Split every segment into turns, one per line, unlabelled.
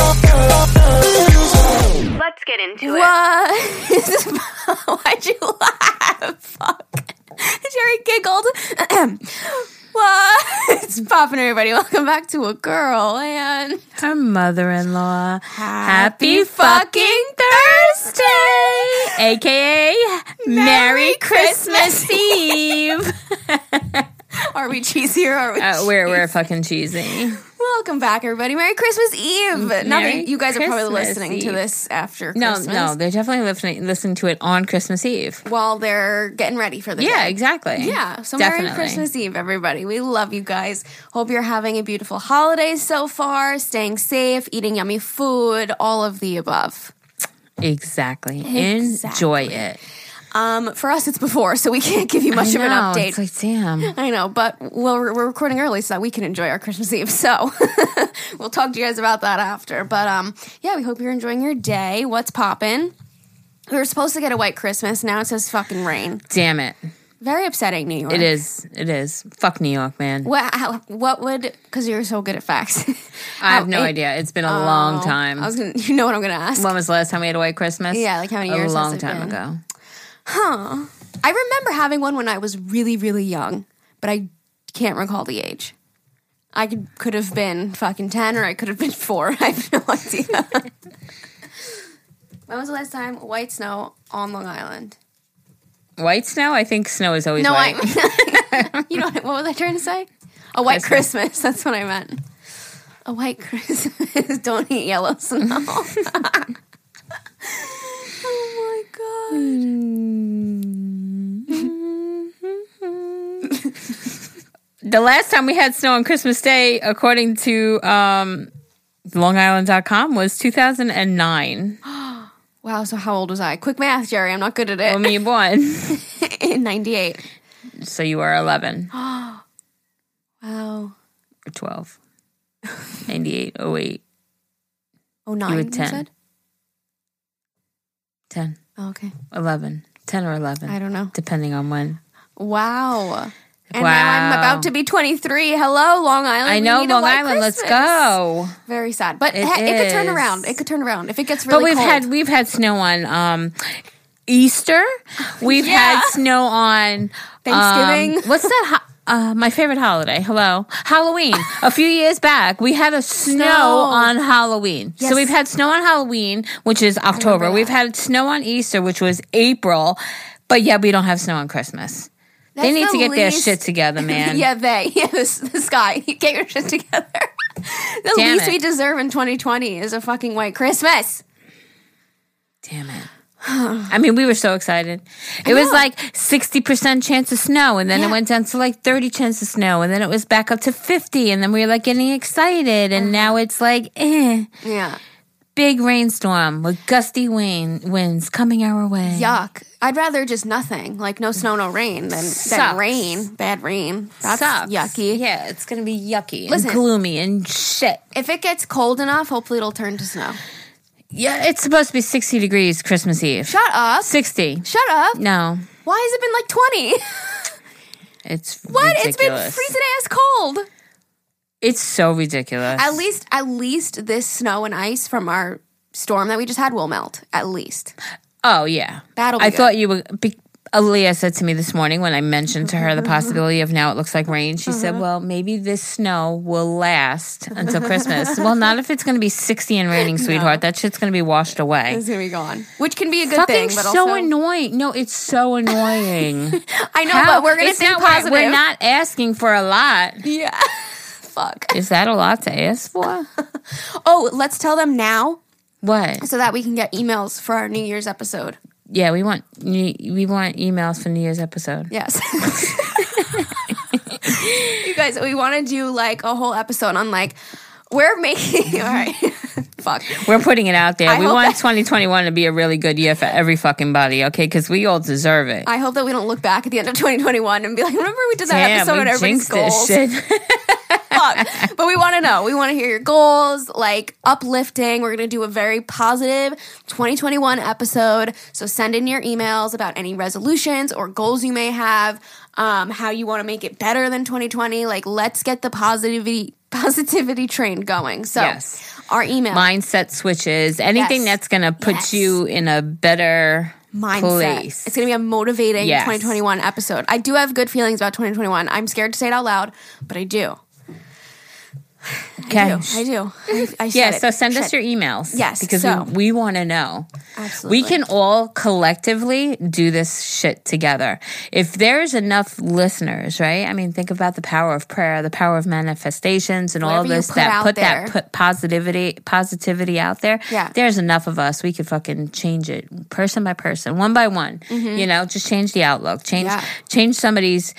popping, everybody? Welcome back to a girl and
her mother-in-law.
Happy
Happy
fucking
fucking Thursday, aka Merry Christmas Eve.
are we cheesy or are we?
Uh, we're we're fucking cheesy.
Welcome back, everybody. Merry Christmas Eve. now
Merry
that you guys are probably
Christmas
listening to
Eve.
this after
No,
Christmas,
no, they're definitely listening listening to it on Christmas Eve.
while they're getting ready for the
Yeah,
day.
exactly.
Yeah, so Merry
Definitely.
Christmas Eve, everybody. We love you guys. Hope you're having a beautiful holiday so far, staying safe, eating yummy food, all of the above.
Exactly.
Exactly.
Enjoy it.
Um, for us, it's before, so we can't give you much of
I
an
know,
update.
It's like, damn.
I know, but well, we're, we're recording early so that we can enjoy our Christmas Eve. So we'll talk to you guys about that after. But um, yeah, we hope you're enjoying your day. What's poppin'? We were supposed to get a white Christmas. Now it says fucking rain.
Damn it.
Very upsetting, New York.
It is. It is. Fuck New York, man.
What, how, what would, because you're so good at facts.
I have
How-
no
it-
idea. It's been a long
Oh,
time.
I was gonna, you know what I'm going to ask.
when was the last time we had a white Christmas?
Yeah, like how many years
A
has
long
it
time
been?
ago.
Huh. I remember having one when I was really, really young, but I can't recall the age. I could, could have been fucking 10 or I could have been four. I have no idea. when was the last time white snow on Long Island?
White snow? I think snow is always
No,
white.
I. you know what, what was I trying to say? A white Christmas. That's what I meant. A white Christmas. Don't eat yellow snow. oh my god.
the last time we had snow on Christmas Day, according to um, LongIsland.com, was 2009.
Wow. So how old was I? Quick math, Jerry. I'm not good at it.
When were you born?
in 98.
so you were 11 or
Wow.
12. 98, 08,
Oh, nine.
You
You,
were 10.
said?
10,
Oh, okay.
11. 10 or 11.
I don't know.
Depending on when.
Wow. And now I'm
Wow.
about to be 23. Hello, Long Island.
I
We
know,
need a
Long
white
Island. Let's
Christmas.
go.
Very sad, but it,
It
it could turn
is.
around. It could turn around if it gets really
But we've
cold.
had we've had snow on um, Easter. We've
Yeah.
had snow on um,
Thanksgiving.
what's that? ho- Uh, my favorite holiday. Hello, Halloween. A few years back, we had a snow,
Snow.
on Halloween.
Yes.
So we've had snow on Halloween, which is October. We've had snow on Easter, which was April. But yeah, we don't have snow on Christmas. they
That's
need
the
to get their
least-
shit together, man.
yeah, they. Yeah, this, this guy. Get your shit together. the
Damn
least
it.
we deserve in 2020 is a fucking white Christmas.
Damn it. I mean, we were so excited. It was
know.
like 60% chance of snow, and then
Yeah.
it went down to like 30 chance of snow, and then it was back up to 50, and then we were like getting excited,
Uh-huh.
and now it's like, eh,
Yeah.
big rainstorm with gusty wind, winds coming our way.
Yuck. I'd rather just nothing, like no snow, no rain, than, than
Sucks.
rain, bad rain. That's
Sucks.
yucky.
Yeah, it's gonna be yucky
Listen.
and gloomy and shit.
If it gets cold enough, hopefully it'll turn to snow.
Yeah, it's supposed to be 60 degrees Christmas Eve.
Shut up.
60.
Shut up.
No,
Why has it been like 20?
it's
What?
ridiculous.
It's been freezing ass cold.
It's so ridiculous.
At least at least this snow and ice from our storm that we just had will melt. At least.
Oh yeah,
That'll be
I
good.
thought you were. Be, Aaliyah said to me this morning when I mentioned to her the
Mm-hmm,
possibility of now it looks like rain. She said, "Well, maybe this snow will last until Christmas. well, not if it's going to be sixty and raining, sweetheart. That shit's going to be washed away."
It's gonna be gone. Which can be a good
Fucking
thing, but
so
also
annoying. No, it's so annoying.
I know,
How-
but we're gonna
it's
think
not- we're-
positive.
We're not asking for a lot.
Yeah. Fuck.
Is that a lot to ask for?
Oh, let's tell them now
What?
so that we can get emails for our New Year's episode.
Yeah, we want we want emails for New Year's episode.
Yes. you guys, we want to do like a whole episode on like we're making all right. Fuck.
We're putting it out there.
I
we
hope
want
that-
2021 to be a really good year for every fucking body, okay? Because we all deserve it.
I hope that we don't look back at the end of 2021 and be like, remember we did that
Damn,
episode on
we
everybody's
jinxed this
goals.
shit.
Fuck. But we want to know. We want to hear your goals, like uplifting. We're going to do a very positive 2021 episode. So send in your emails about any resolutions or goals you may have, um, how you want to make it better than 2020. Like, let's get the positivity positivity train going. So
Yes.
our email.
Mindset switches, anything
Yes.
that's gonna put
Yes.
you in a better
mindset.
place.
It's going to be a motivating
Yes.
2021 episode. I do have good feelings about 2021. I'm scared to say it out loud, but I do.
Okay.
I do. I, I said
Yeah,
it.
so send us
Said-
your emails.
Yes,
Because
so-
we, we want to know.
Absolutely.
We can all collectively do this shit together. If there's enough listeners, right? I mean, think about the power of prayer, the power of manifestations, and all
Whatever you
this
put
that
out
put
there.
that put positivity positivity out there.
Yeah.
There's enough of us. We could fucking change it person by person, one by one. You know, just change the outlook, change
Mm-hmm. Yeah.
change somebody's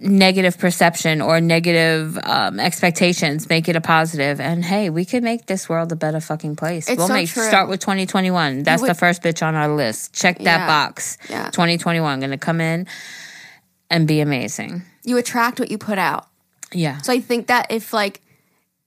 negative perception or negative um, expectations make it a positive and hey we could make this world a better fucking place
It's
we'll
so
make
true.
start with 2021 that's the
would-
first bitch on our list check that
Yeah.
box
Yeah.
2021 gonna come in and be amazing
you attract what you put out.
yeah
So I think that if like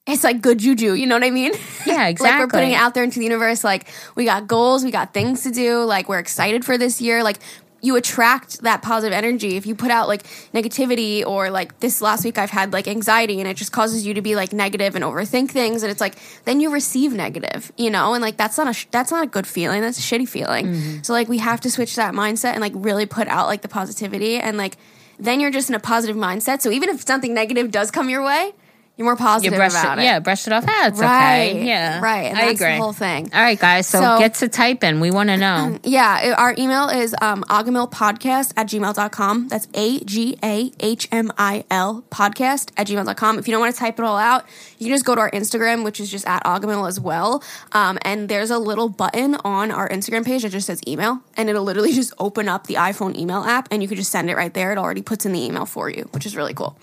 it's like good juju, you know what I mean?
yeah exactly
like we're putting it out there into the universe. Like we got goals, we got things to do. Like we're excited for this year. Like you attract that positive energy if you put out like negativity or like this last week I've had like anxiety and it just causes you to be like negative and overthink things and it's like then you receive negative, you know, and like that's not a sh- that's not a good feeling. That's a shitty feeling.
Mm-hmm.
So like we have to switch that mindset and like really put out like the positivity and like then you're just in a positive mindset. So even if something negative does come your way, you're more
You
positive
brush
about
it,
it.
yeah brush it off ah, it's
Right,
okay yeah
right, and
i
that's the
agree
whole thing.
all right guys so,
So-
get to typing we want to know
Yeah, it- our email is um, agamilpodcast at gmail.com. That's A G A H M I L podcast at gmail.com. If you don't want to type it all out, you can just go to our Instagram, which is just at agamil as well. Um, and there's a little button on our Instagram page that just says email, and it'll literally just open up the iPhone email app, and you can just send it right there. It already puts in the email for you, which is really cool.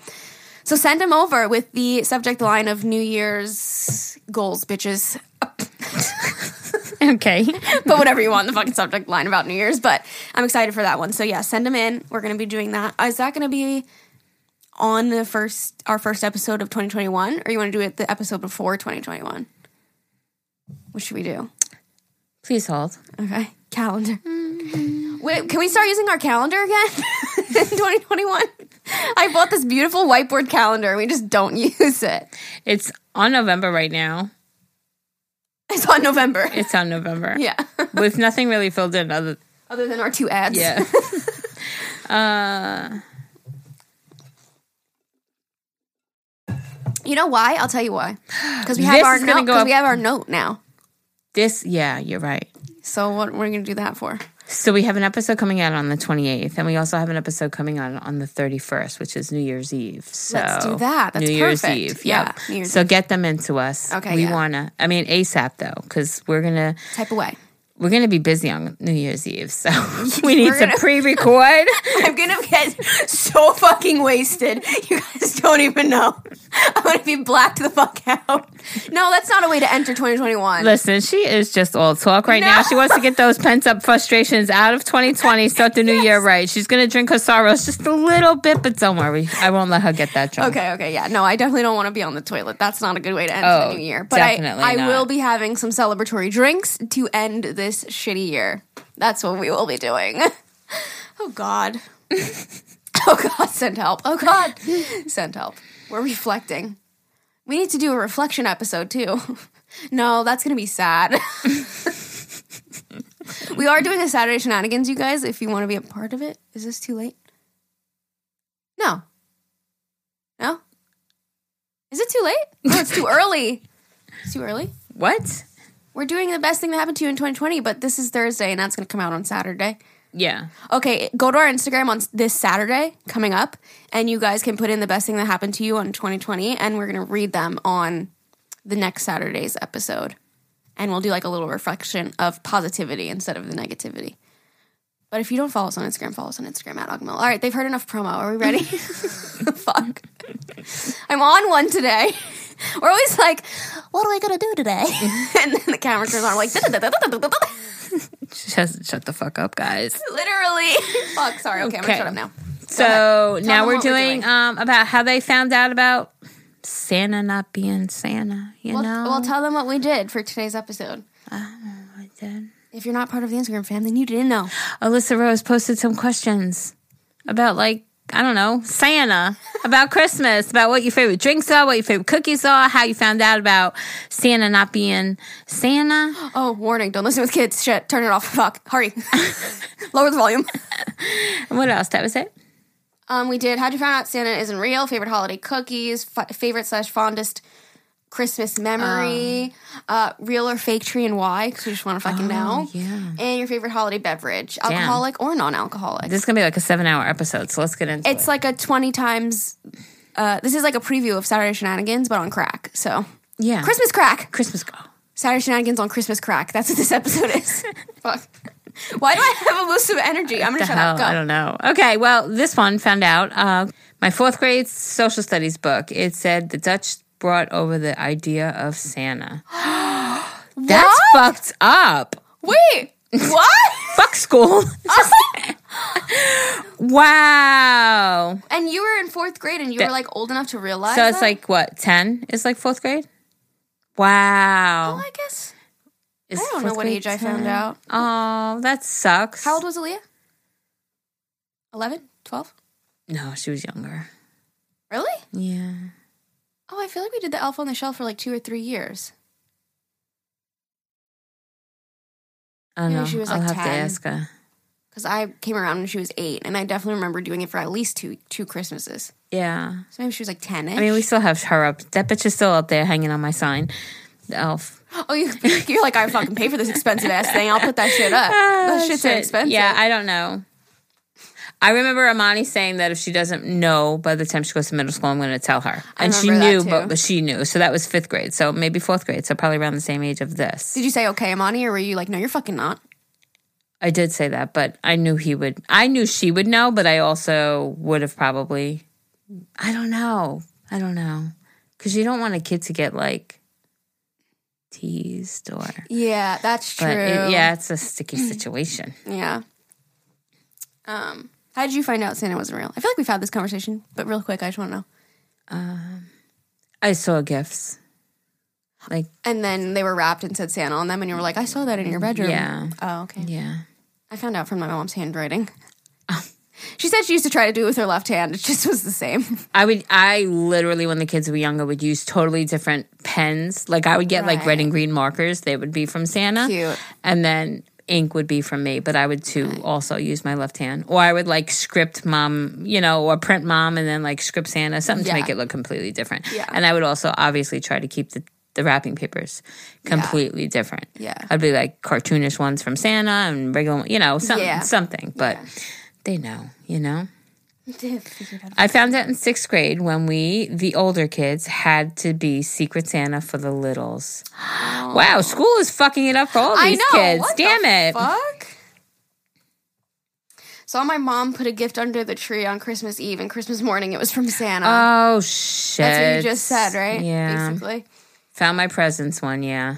So send them over with the subject line of New Year's goals, bitches
okay
put whatever you want in the fucking subject line about New Year's. But I'm excited for that one. So yeah, send them in. We're gonna be doing that. Is that gonna be on the first our first episode of 2021, or you want to do it the episode before 2021? What should we do?
please hold
Okay, calendar.
Mm-hmm.
Wait, can we start using our calendar again in 2021? I bought this beautiful whiteboard calendar. and We just don't use it.
it's on november right now
It's on November.
it's on november
Yeah.
with nothing really filled in other
Other than our two ads.
Yeah. uh,
You know why? I'll tell you why. Because we have
This
our
is gonna
note.
go
Because
up-
we have our note now.
this, yeah, you're right.
So what we're gonna do that for?
So we have an episode coming out on the 28th, and we also have an episode coming out on the 31st, which is New Year's Eve. So
Let's do that. That's
New Year's
perfect.
Eve.
Yeah,
yep.
New Year's
so get them into us.
Okay,
We
yeah.
wanna. I mean, ASAP though, because we're gonna
Type away.
we're gonna be busy on New Year's Eve. So we need
We're
to
gonna-
pre-record.
I'm gonna get so fucking wasted. You guys don't even know. I'm gonna be blacked the fuck out. No, that's not a way to enter 2021.
Listen, she is just all talk right
No.
now. She wants to get those pent up frustrations out of 2020, start the new year right. She's going to drink her sorrows just a little bit, but don't worry. I won't let her get that drunk.
Okay, okay, yeah. No, I definitely don't want to be on the toilet. That's not a good way to end
Oh,
the new year. But I,
definitely
I
not.
will be having some celebratory drinks to end this shitty year. That's what we will be doing. oh God. oh God, send help. Oh God, send help. We're reflecting. We need to do a reflection episode too. no, that's gonna be sad. we are doing a Saturday shenanigans, you guys. If you want to be a part of it, is this too late? No. No? Is it too late? No, it's too early. It's too early.
What?
We're doing the best thing that happened to you in 2020, but this is Thursday and that's going to come out on Saturday.
Yeah.
Okay, go to our Instagram on s- this Saturday coming up and you guys can put in the best thing that happened to you on 2020 and we're going to read them on the next Saturday's episode. And we'll do like a little reflection of positivity instead of the negativity. But if you don't follow us on Instagram, follow us on Instagram at Ogmill. All right, they've heard enough promo. Are we ready? Fuck. I'm on one today. We're always like, what are we gonna do today? and then the camera turns on. I'm like,
She has to shut the fuck up, guys.
literally. Fuck, sorry. Okay, I'm gonna
Okay.
shut up now.
So
Tell
now
them
we're
what we're
doing,
doing.
um, about how they found out about Santa not being Santa, you
Well,
know?
well, tell them what we did for today's episode.
I did.
If you're not part of the Instagram fam, then you didn't know.
Alyssa Rose posted some questions about like I don't know Santa, about Christmas, about what your favorite drinks are, what your favorite cookies are, how you found out about Santa not being Santa.
Oh, warning! Don't listen with kids. Shit, turn it off. Fuck, hurry. Lower the volume.
And what else? That was it.
Um, we did How'd You Find Out Santa Isn't Real, favorite holiday cookies, f- favorite slash fondest Christmas memory,
Um.
uh, real or fake tree and why, because we just want to fucking know.
Oh, yeah.
And your favorite holiday beverage, alcoholic or non alcoholic.
This is gonna be like a seven-hour episode, so let's get into
It's
it.
like a 20 times. Uh, this is like a preview of Saturday Shenanigans, but on crack. So,
Yeah,
Christmas crack.
Christmas girl.
Saturday Shenanigans on Christmas crack. That's what this episode is. Fuck. Why do I have a boost of energy? I'm gonna
the
shut
hell?
up. Go.
Oh, I don't know. Okay, well, this one found out. Uh, my fourth grade social studies book. It said the Dutch brought over the idea of Santa. That's fucked up.
Wait, what?
Fuck school.
Oh.
wow.
and you were in fourth grade, and you were like old enough to realize.
So it's
that?
like what ten is like fourth grade. Wow.
Well, I guess
Is
I don't know
fourth
what
grade
age I found
10?
out.
Oh, that sucks.
How old was Aaliyah? 11? 12?
No, she was younger.
Really?
Yeah.
Oh, I feel like we did the Elf on the Shelf for like two or three years.
I don't
Maybe
know.
she was,
I'll
like,
have to
10.
ask her.
Because I came around when she was eight, and I definitely remember doing it for at least two two Christmases.
Yeah.
So maybe she was like 10
I mean, we still have her up. That bitch is still up there hanging on my sign. The elf.
Oh, you, you're like, I fucking pay for this expensive ass thing. I'll put that shit up. that shit's
Uh, Shit.
expensive.
Yeah, I don't know. I remember Amani saying that if she doesn't know by the time she goes to middle school, I'm going to tell her. And she
remember that
knew,
too.
but, but she knew. So that was fifth grade. So maybe fourth grade. So probably around the same age of this.
Did you say, okay, Imani, or were you like, no, you're fucking not?
I did say that, but I knew he would. I knew she would know, but I also would have probably. I don't know. I don't know. Because you don't want a kid to get like teased or.
Yeah, that's true.
But it, yeah, it's a sticky situation.
Yeah. Um, how did you find out Santa wasn't real? I feel like we've had this conversation, but real quick, I just want to know.
I saw gifts. Like,
And then they were wrapped and said Santa on them, and you were like, I saw that in your bedroom.
yeah.
Oh, okay.
Yeah.
I found out from my mom's handwriting. she said she used to try to do it with her left hand. It just was the same.
I would, I literally, when the kids were younger, would use totally different pens. Like, I would get like red
Right.
and green markers. They would be from Santa.
Cute.
And then ink would be from me, but I would too also use my left hand. Or I would like script mom, you know, or print mom and then like script Santa, something
Yeah.
to make it look completely different.
Yeah.
And I would also obviously try to keep the, the wrapping papers completely different.
Yeah.
I'd be like cartoonish ones from Santa and regular, you know, something,
Yeah.
something. But they know, you know?
Figured out.
I found out in sixth grade when we, the older kids, had to be Secret Santa for the littles. Wow, school is fucking it up for all
Oh. I
these
know.
kids.
what
Damn
the
it.
Fuck. Saw my mom put a gift under the tree on Christmas Eve and Christmas morning. It was from Santa.
Oh, shit.
That's what you just said, right?
Yeah.
Basically. Mm-hmm.
Found my presents one, yeah.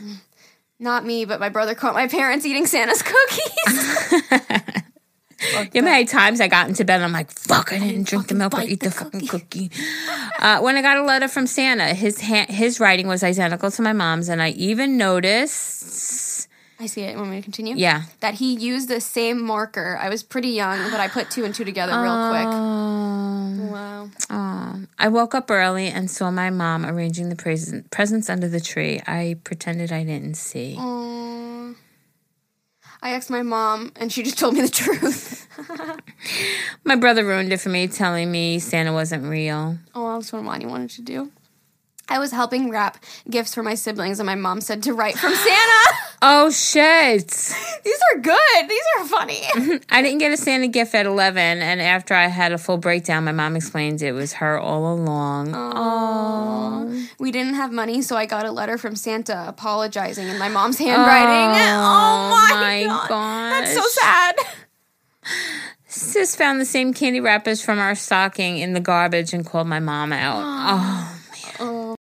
Not me, but my brother caught my parents eating Santa's cookies.
You know how many times I got into bed and I'm like, fuck, I didn't drink the milk or
bite
eat
the
the, fucking cookie. uh, when I got a letter from Santa, his hand, his writing was identical to my mom's, and I even noticed.
I see it. Want me to continue?
Yeah.
That he used the same marker. I was pretty young, but I put two and two together real
Um,
quick. Wow.
Um, I woke up early and saw my mom arranging the present, presents under the tree. I pretended I didn't see.
Aw. I asked my mom, and she just told me the truth.
My brother ruined it for me, telling me Santa wasn't real.
oh, that's what Imani wanted to do. I was helping wrap gifts for my siblings, and my mom said to write from Santa.
Oh shit!
These are good. These are funny.
I didn't get a Santa gift at eleven, and after I had a full breakdown, my mom explained it was her all along. Oh,
we didn't have money, so I got a letter from Santa apologizing in my mom's handwriting.
Oh,
Oh, my,
my
god. That's so
gosh.
sad.
sis found the same candy wrappers from our stocking in the garbage and called my mom out. Oh.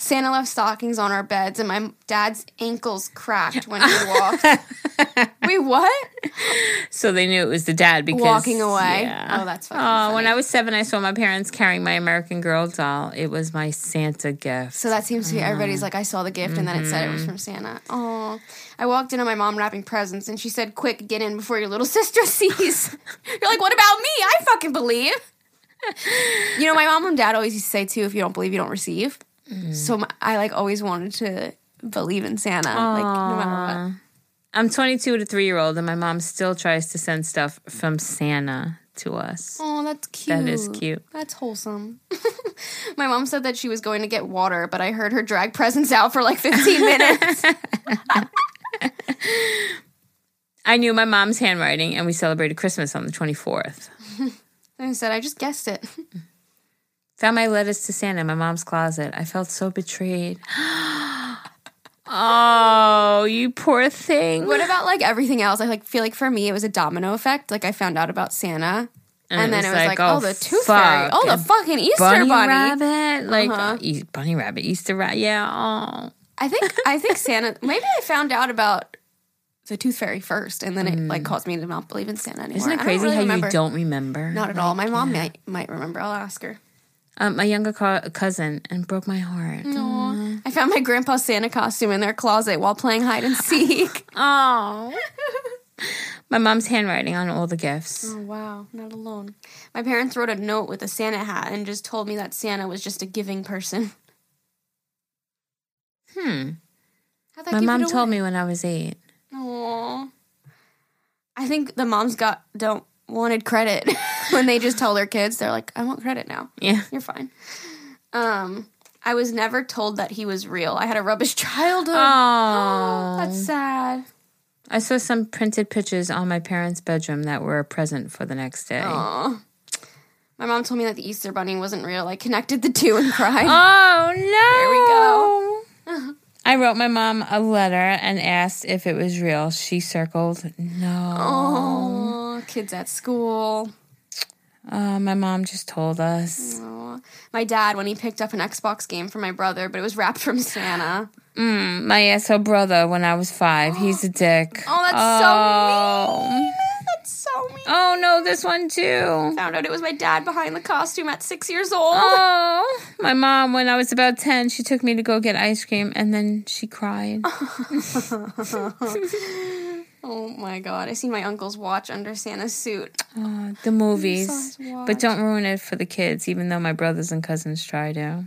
Santa left stockings on our beds, and my dad's ankles cracked when he walked. Wait, what?
So they knew it was the dad because
Walking away.
Yeah.
Oh, that's fucking
Oh, when
funny.
I was seven, I saw my parents carrying my American Girl doll. It was my Santa gift.
So that seems to be everybody's
Mm.
like, I saw the gift, and then it said it
Mm-hmm.
was from Santa. Oh, I walked in on my mom wrapping presents, and she said, "Quick, get in before your little sister sees." You're like, "What about me? I fucking believe." you know, my mom and dad always used to say too, "If you don't believe, you don't receive."
Mm.
So my, I like always wanted to believe in Santa, like no matter what.
I'm 22 to three year old, and my mom still tries to send stuff from Santa to us.
Oh, that's cute.
That is cute.
That's wholesome. my mom said that she was going to get water, but I heard her drag presents out for like 15 minutes.
I knew my mom's handwriting, and we celebrated Christmas on the 24th.
and I said, "I just guessed it."
Found my letters to Santa in my mom's closet. I felt so betrayed. oh, you poor thing.
What about like everything else? I like feel like for me it was a domino effect. Like I found out about Santa, and, then
it was
it was
like,
like,
oh,
oh, the tooth
fuck,
fairy, oh
a
the fucking Easter
bunny,
bunny. Uh-huh.
rabbit, like E- bunny rabbit, Easter rabbit. Yeah. Oh.
I think I think Santa. Maybe I found out about the tooth fairy first, and then it like caused me to not believe in Santa anymore.
Mm. Isn't
I
it
don't
crazy
really
how
remember.
you don't remember?
Not at all. My mom might might remember. I'll ask her.
Um, my younger co- cousin and broke my heart.
Aw. I found my grandpa's Santa costume in their closet while playing hide and seek.
Oh. my mom's handwriting on all the gifts.
Oh, wow, not alone. My parents wrote a note with a Santa hat and just told me that Santa was just a giving person.
Hmm.
How'd that
my
give
mom
it
told
away?
me when I was eight.
Aw. I think the moms got don't wanted credit when they just tell their kids they're like, I want credit now.
Yeah.
You're fine. Um, I was never told that he was real. I had a rubbish childhood.
Oh.
That's sad.
I saw some printed pictures on my parents' bedroom that were a present for the next day. Oh,
Aw. My mom told me that the Easter bunny wasn't real. I connected the two and cried.
Oh, no.
There
we go. I wrote my mom a letter and asked if it was real. She circled no.
Aw, kids at school.
Uh, my mom just told us.
Aw. My dad, when he picked up an Xbox game for my brother, but it was wrapped from Santa.
Mm, my asshole brother when I was five. He's a dick.
Oh, that's so mean. That's so mean.
Oh no, this one too.
found out it was my dad behind the costume at six years old.
Oh, my mom, when I was about 10, she took me to go get ice cream and then she cried.
Oh my god, I see my uncle's watch under Santa's suit.
Uh, the movies.
Saw his
But don't ruin it for the kids, even though my brothers and cousins try to.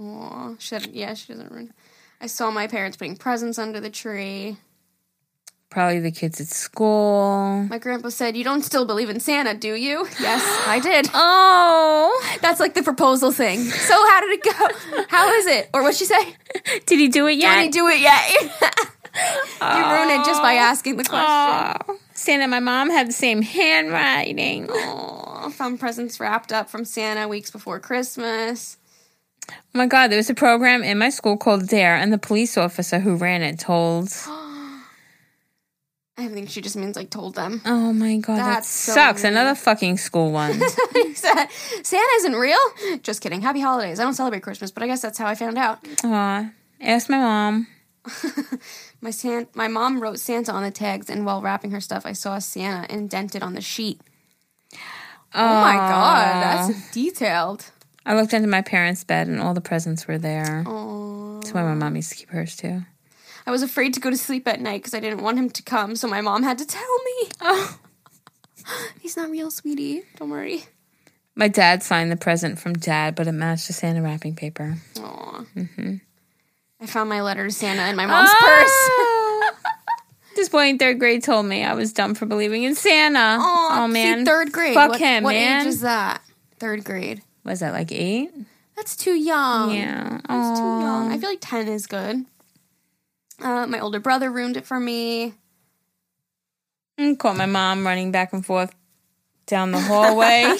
Aw, she said, yeah, she doesn't ruin. I saw my parents putting presents under the tree.
Probably the kids at school.
My grandpa said, You don't still believe in Santa, do you? Yes, I did.
Oh,
That's like the proposal thing. So, how did it go? How is it? Or what'd she say?
did he do it yet?
Don't do it yet. you ruin it just by asking the question.
Oh, Santa and my mom had the same handwriting. Oh
Aw, found presents wrapped up from Santa weeks before Christmas.
Oh my God, there was a program in my school called Dare, E, and the police officer who ran it told.
I think she just means like told them.
Oh my God, that
That's so
sucks.
mean.
Another fucking school one.
Santa isn't real? Just kidding. Happy holidays. I don't celebrate Christmas, but I guess that's how I found out.
Aw, ask my mom.
My San- my mom wrote Santa on the tags, and while wrapping her stuff, I saw Santa indented on the sheet. Oh, my god, that's detailed.
I looked under my parents' bed, and all the presents were there.
Aw.
That's why my mom used to keep hers too.
I was afraid to go to sleep at night because I didn't want him to come, so my mom had to tell me.
Oh.
He's not real, sweetie. Don't worry.
My dad signed the present from dad, but it matched the Santa wrapping paper.
Aw.
Mm-hmm.
I found my letter to Santa in my mom's
Ah!
purse.
purse. Oh! this boy in third grade told me I was dumb for believing in Santa.
Aw,
oh
see,
man,
third grade.
Fuck
what,
him,
What
man.
age is that? Third grade.
Was that like eight?
That's too young.
Yeah.
It's Oh, too
Aw.
young. I feel like 10 is good. Uh, my older brother ruined it for me.
And caught my mom running back and forth down the hallway.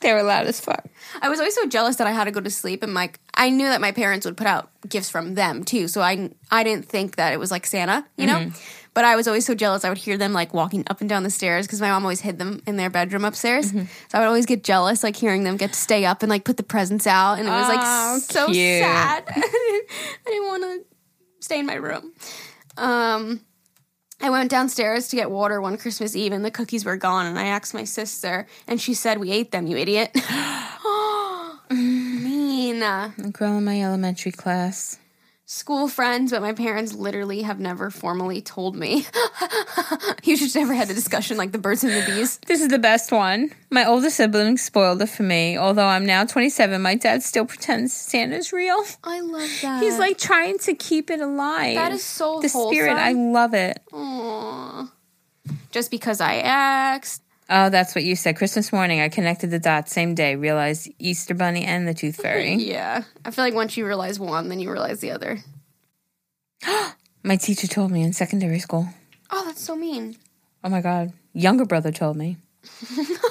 they were loud as fuck.
I was always so jealous that I had to go to sleep, and like I knew that my parents would put out gifts from them too, so I I didn't think that it was like Santa, you know. But I was always so jealous. I would hear them like walking up and down the stairs because my mom always hid them in their bedroom upstairs. So I would always get jealous, like hearing them get to stay up and like put the presents out. And it was like
Oh,
so
cute.
sad. I didn't want to stay in my room. Um, I went downstairs to get water one Christmas Eve and the cookies were gone. And I asked my sister, and she said, We ate them, you idiot. mean. uh,
A girl in my elementary class.
school friends, but my parents literally have never formally told me. you just never had a discussion like the birds and the bees.
This is the best one. My older siblings spoiled it for me. Although I'm now 27, my dad still pretends Santa's real.
I love that.
He's like trying to keep it alive.
That is so
the spirit. I
wholesome.
love it.
Aw. just because I asked.
Oh, that's what you said. Christmas morning, I connected the dots. Same day, realized Easter Bunny and the Tooth Fairy.
Yeah, I feel like once you realize one, then you realize the other.
My teacher told me in secondary school.
Oh, that's so mean.
Oh my God. Younger brother told me.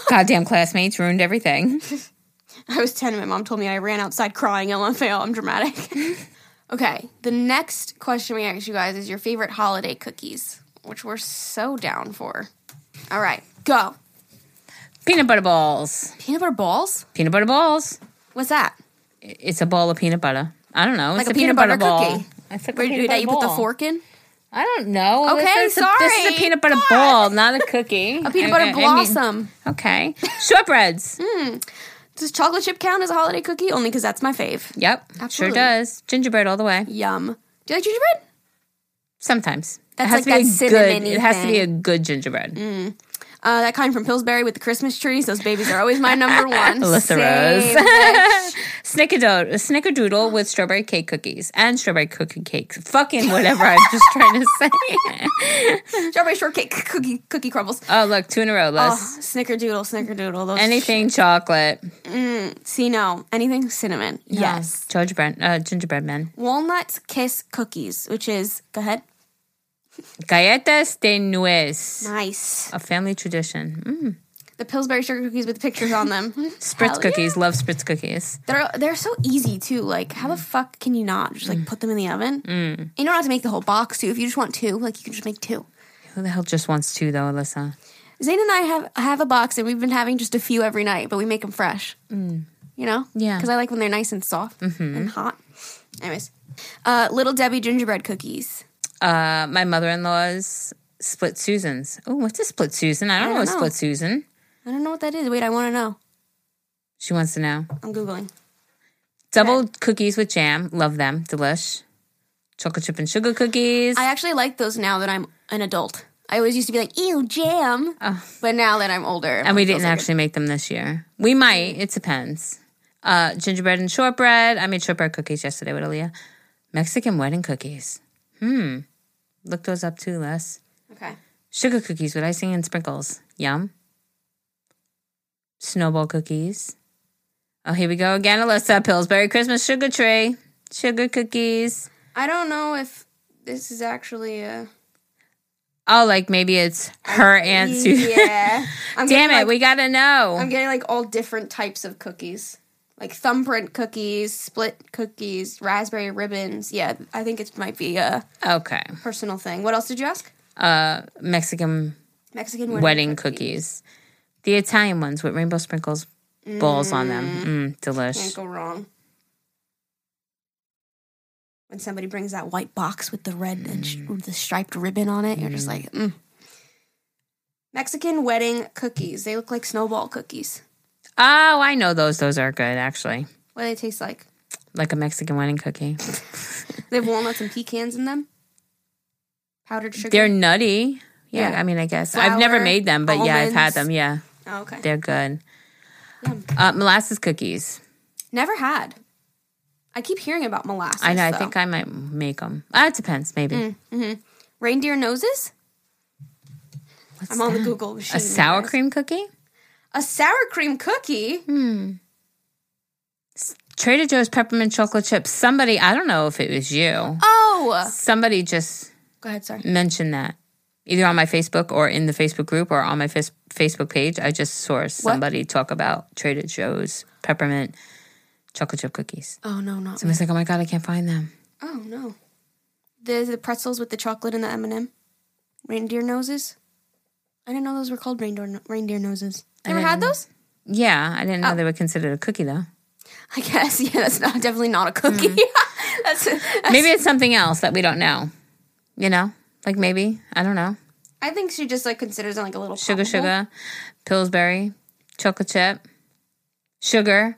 Goddamn classmates ruined everything.
I was 10 and my mom told me I ran outside crying, LMFAO, I'm dramatic. okay, the next question we asked you guys is your favorite holiday cookies, which we're so down for. All right, go.
Peanut butter balls.
Peanut butter balls?
Peanut butter balls.
What's that?
It's a ball of peanut butter. I don't know. It's
Like a peanut butter cookie.
It's like a
Where
peanut
that you put the
ball.
fork in?
I don't know.
Okay,
this is a- this is
sorry.
a peanut butter ball, not a cookie.
A peanut butter blossom.
okay. Shortbreads.
Does chocolate chip count as a holiday cookie? Only because that's my fave.
Yep. Sure
Absolutely.
does. Gingerbread all the way.
Yum. Do you like gingerbread?
Sometimes.
That's
it has
like
to be
that
a good,
cinnamony
It has to be
thing.
a good gingerbread.
Uh, that kind from Pillsbury with the Christmas trees. Those babies are always my number one.
Alyssa
Same.
Rose. Snickerdo- snickerdoodle with strawberry cake cookies and strawberry cookie cakes. Fucking whatever I'm just trying to say.
Strawberry shortcake cookie cookie crumbles.
Oh, look, two in a row, Liz.
Oh, snickerdoodle, snickerdoodle. Those
Anything chocolate.
See, no. Anything cinnamon. Yes.
No, gingerbread, uh, gingerbread men.
Walnut kiss cookies, which is, go ahead.
Galletas de nuez.
Nice.
A family tradition. Mm.
The Pillsbury sugar cookies with pictures on them.
Spritz
Hell yeah.
cookies. Love spritz cookies.
They're they're so easy too. Like, how the fuck can you not just like put them in the oven? Mm. You don't have to make the whole box too. If you just want two, like you can just make two.
Who the hell just wants two, though, Alyssa?
Zayn and I have have a box, and we've been having just a few every night, but we make them fresh. You know,
Mm. Yeah. Mm-hmm.
because I like when they're nice and soft and hot. Anyways, uh, little Debbie gingerbread cookies.
Uh, my mother in law's split Susans. Oh, what's a split Susan? I don't,
don't
know a
know.
split Susan.
I don't know what that is. Wait, I want to know.
She wants to know.
I'm googling.
Double cookies with jam. Love them. Delish. Chocolate chip and sugar cookies.
I actually like those now that I'm an adult. I always used to be like, ew, jam. But now that I'm older.
Uh. and we didn't actually make them this year. We might. It depends. Uh, gingerbread and shortbread. I made shortbread cookies yesterday with Aaliyah. Mexican wedding cookies. Hmm. Look those up too, Les.
Okay.
Sugar cookies with icing and sprinkles. Yum. Snowball cookies. Oh, here we go again, Alyssa. Pillsbury Christmas sugar tree. Sugar cookies.
I don't know if this is actually a.
Oh, like maybe it's her Aunt Susan.
Yeah. I'm
Damn
getting,
it,
like-
we gotta know.
I'm getting like all different types of cookies. Like thumbprint cookies, split cookies, raspberry ribbons. Yeah, I think it might be a
okay.
personal thing. What else did you ask?
Uh, Mexican
Mexican wedding.
wedding, cookies. The Italian ones with rainbow sprinkles balls on them.
Can't
Mm, delish.
go wrong. When somebody brings that white box with the red and
Mm.
sh- with the striped ribbon on it, you're just like, mm. Mexican wedding cookies. They look like snowball cookies.
Oh, I know those. Those are good, actually.
What do they taste like?
Like a Mexican wedding cookie.
They have walnuts and pecans in them. Powdered sugar.
They're nutty. Yeah,
Yeah.
I mean, I guess I've
Flour,
never made them, but yeah, I've had
almonds.
them. Yeah,
oh, okay.
they're good.
Yum.
Uh, molasses cookies.
Never had. I keep hearing about molasses.
I know. I
though.
think I might make them. Uh, it depends. Maybe
Mm, reindeer noses.
What's
I'm on the Google machine.
a sour
guys.
cream Hmm. cookie.
A sour cream cookie.
Trader Joe's peppermint chocolate chips. Somebody, I don't know if it was you.
Oh,
Somebody just
go ahead. Sorry.
mention that either on my Facebook or in the Facebook group or on my fis- Facebook page. I just saw somebody talk about Trader Joe's peppermint chocolate chip cookies.
Oh no, not
I was like, oh my god, I can't find them.
Oh no. The the pretzels with the chocolate and the M and m Reindeer noses? I didn't know those were called reindeer reindeer noses. Never had those?
Yeah, I didn't
Oh.
know they were considered a cookie though.
I guess. Yeah, that's not definitely not a cookie.
Mm-hmm.
that's, that's-
Maybe it's something else that we don't know. You know, like maybe I don't know.
I think she just like considers it like a little
Sugar,
poppable.
sugar, Pillsbury, chocolate chip, sugar,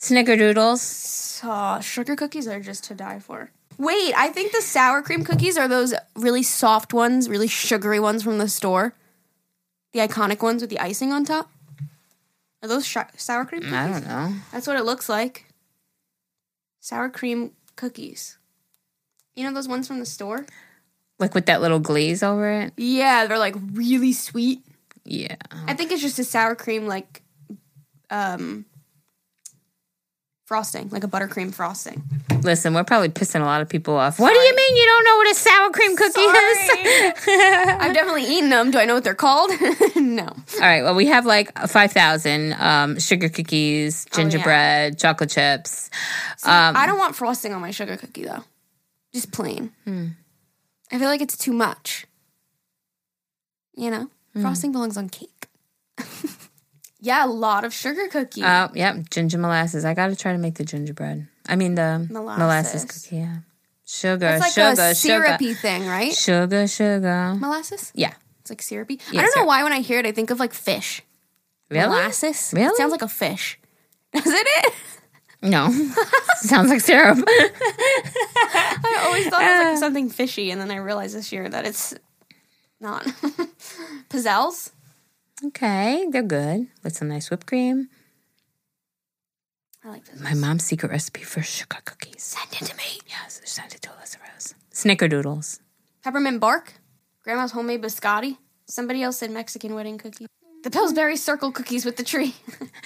snickerdoodles.
Aw, sugar cookies are just to die for. Wait, I think the sour cream cookies are those really soft ones, really sugary ones from the store. The iconic ones with the icing on top. Are those sh- sour cream cookies?
I don't know.
That's what it looks like. Sour cream cookies. You know those ones from the store?
Like with that little glaze over it.
Yeah, they're like really sweet.
Yeah.
I think it's just a sour cream like um frosting, like a buttercream frosting.
Listen, we're probably pissing a lot of people off. What do you mean you don't know what a sour cream cookie is?
I've definitely eaten them. Do I know what they're called? no.
All right. Well, we have like 5,000 um, sugar cookies, gingerbread, chocolate chips. Um,
I don't want frosting on my sugar cookie though. Just plain.
Hmm.
I feel like it's too much. You know?
Hmm.
Frosting belongs on cake. yeah, a lot of sugar cookie.
Oh, yep. Ginger molasses. I got to try to make the gingerbread. I mean, the molasses,
Molasses.
cookie. Yeah. Sugar,
it's like
sugar,
a syrupy
sugar.
thing, right?
Sugar, sugar.
Molasses?
Yeah.
It's like syrupy.
Yeah,
I don't know
syrup.
why when I hear it I think of like fish.
Really?
Molasses?
Really?
It sounds like a fish. Doesn't it?
No. Sounds like syrup.
I always thought it was like something fishy, and then I realized this year that it's not. Pizzelles?
okay. They're good with some nice whipped cream.
I like pizzelles.
My mom's secret recipe for sugar cookies.
Send it to me.
Yes, send it to Alyssa Rose. Snickerdoodles.
Peppermint bark? Grandma's homemade biscotti? Somebody else said Mexican wedding cookie. The Pillsbury circle cookies with the tree.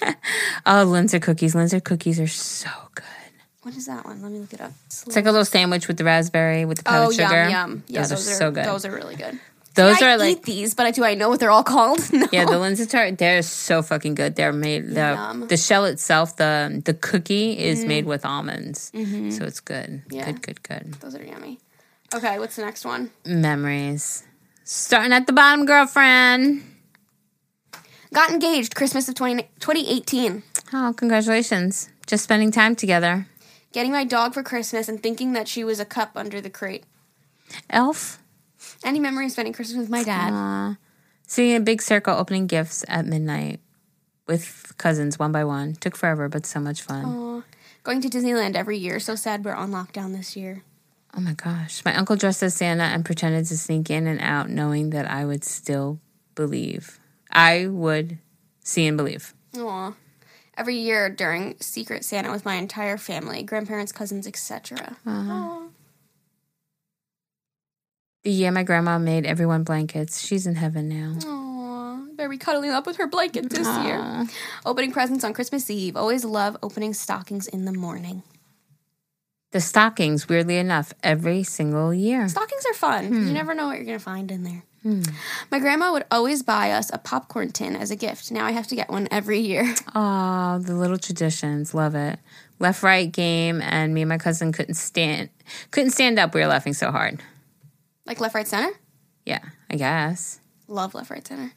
Oh, Linzer cookies. Linzer cookies are so good.
what is that one? Let me look it up.
It's like a little sandwich with the raspberry with the powdered
oh,
sugar.
yum, yum. Yeah,
those, are, so good.
Those are really good.
Those
I
are like
eat these, but do I know what they're all called? No.
yeah, the Linzer tart. They're so fucking good. They're made the,
Yum. Mm-hmm.
the shell itself. The the cookie is made with almonds, so it's good.
Yeah.
Good, good, good.
Those are yummy. Okay, what's the next one?
Memories. Starting at the bottom, girlfriend.
Got engaged Christmas of 20, 2018.
Oh, congratulations! Just spending time together.
Getting my dog for Christmas and thinking that she was a cup under the crate.
Elf.
Any memory of spending Christmas with my dad?
Sitting in a big circle opening gifts at midnight with cousins one by one. Took forever, but so much fun. Oh,
Going to Disneyland every year. So sad we're on lockdown this year.
Oh my gosh. My uncle dressed as Santa and pretended to sneak in and out, knowing that I would still believe. I would see and believe.
Aw. Every year during Secret Santa with my entire family, grandparents, cousins, etc. Aw.
The year my grandma made everyone blankets. She's in heaven now.
Aw. Very cuddling up with her blanket this year. Opening presents on Christmas Eve. Always love opening stockings in the morning.
The stockings, weirdly enough, every single year.
Stockings are fun. You never know what you're going to find in there. My grandma would always buy us a popcorn tin as a gift. Now I have to get one every year.
Oh, the little traditions. Love it. Left right game and me and my cousin couldn't stand couldn't stand up. We were laughing so hard.
Like left, right, center?
Yeah, I guess.
Love left, right, center.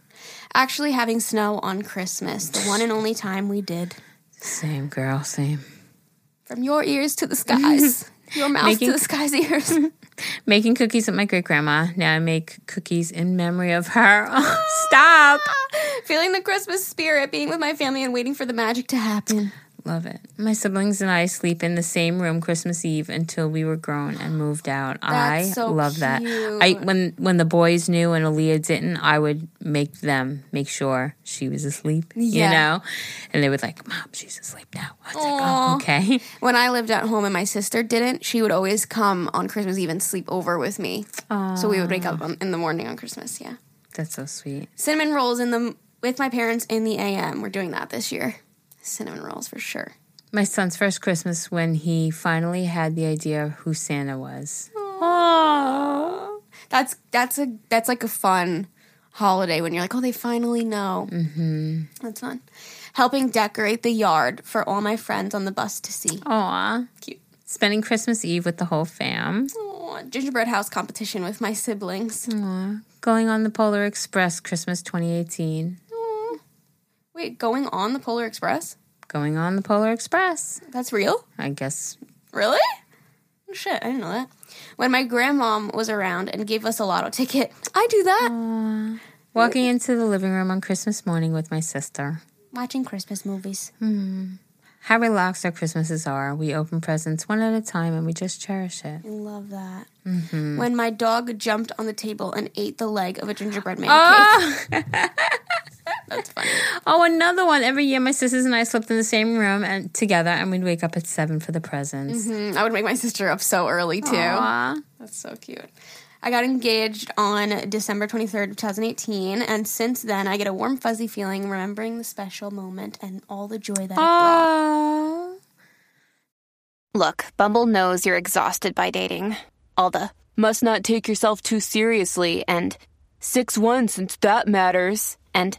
Actually, having snow on Christmas, the one and only time we did.
Same girl, same.
From your ears to the skies, your mouth
Making-
to the skies' ears.
Making cookies with my great grandma. Now I make cookies in memory of her. Stop.
Feeling the Christmas spirit, being with my family, and waiting for the magic to happen.
Love it. My siblings and I sleep in the same room Christmas Eve until we were grown and moved out. I
That's so
love that. I when when the boys knew and Aaliyah didn't, I would make them make sure she was asleep.
Yeah.
You know? And they would like, Mom, she's asleep now. I was like,
Aw.
Oh, okay.
When I lived at home and my sister didn't, she would always come on Christmas Eve and sleep over with me. So we would wake up on, in the morning on Christmas. Yeah,
That's so sweet.
cinnamon rolls in the with my parents in the AM. We're doing that this year. Cinnamon rolls for sure.
My son's first Christmas when he finally had the idea of who Santa was.
That's that's a that's like a fun holiday when you're like, oh, they finally know. Mm-hmm. That's fun. Helping decorate the yard for all my friends on the bus to see.
Aw.
Cute.
Spending Christmas Eve with the whole fam.
Oh, gingerbread house competition with my siblings.
Going on the Polar Express Christmas 2018.
Aw. Wait, going on the Polar Express?
Going on the Polar Express.
That's real?
I guess
Really? Oh, Shit, I didn't know that. When my grandmom was around and gave us a lotto ticket, I do that.
walking into the living room on Christmas morning with my sister.
Watching Christmas movies.
How relaxed our Christmases are. We open presents one at a time and we just cherish it.
I love that. When my dog jumped on the table and ate the leg of a gingerbread man cake. That's funny.
Oh, another one. Every year, my sisters and I slept in the same room and together, and we'd wake up at seven for the presents.
Mm, I would make my sister up so early too.
Aw.
That's so cute. I got engaged on December 23rd, of 2018, and since then I get a warm fuzzy feeling remembering the special moment and all the joy that it brought.
Oh.
Look, Bumble knows you're exhausted by dating. All the must not take yourself too seriously and 6 1 since that matters. And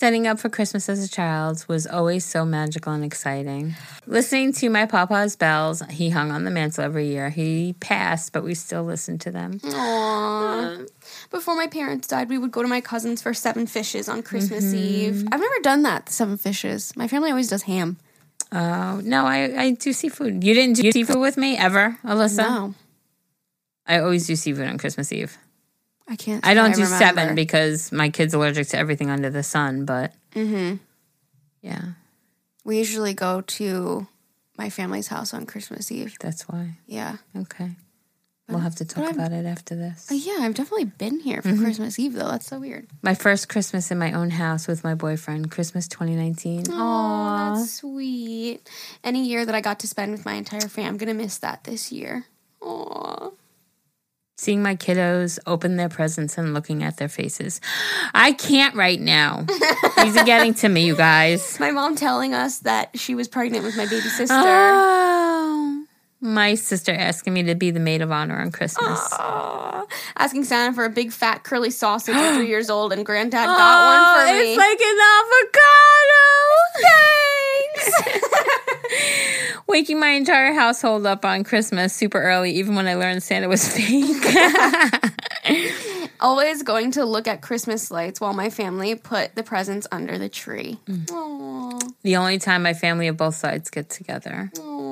Setting up for Christmas as a child was always so magical and exciting. Listening to my papa's bells, he hung on the mantle every year. He passed, but we still listened to them.
Aw. Before my parents died, we would go to my cousins for seven fishes on Christmas Eve. I've never done that, seven fishes. My family always does ham.
Oh, no, I, I do seafood. You didn't do seafood with me ever, Alyssa?
No,
I always do seafood on Christmas Eve.
I can't.
I don't do
remember.
seven because my kid's allergic to everything under the sun, but
Mm-hmm.
yeah,
we usually go to my family's house on Christmas Eve.
that's why.
Yeah.
Okay. We'll have to talk about it after this.
But Oh, yeah, I've definitely been here for Christmas Eve though. That's so weird.
My first Christmas in my own house with my boyfriend, Christmas 2019.
Oh, that's sweet. Any year that I got to spend with my entire family, I'm gonna miss that this year. Aw.
Seeing my kiddos open their presents and looking at their faces. I can't right now. These are getting to me, you guys.
My mom telling us that she was pregnant with my baby sister.
Oh, my sister asking me to be the maid of honor on Christmas.
Aw. Asking Santa for a big fat curly sausage at three years old, and Granddad got one for me.
It's like an avocado. Thanks. Waking my entire household up on Christmas super early, even when I learned Santa was fake.
Always going to look at Christmas lights while my family put the presents under the tree. Aw.
the only time my family of both sides get together.
Aw.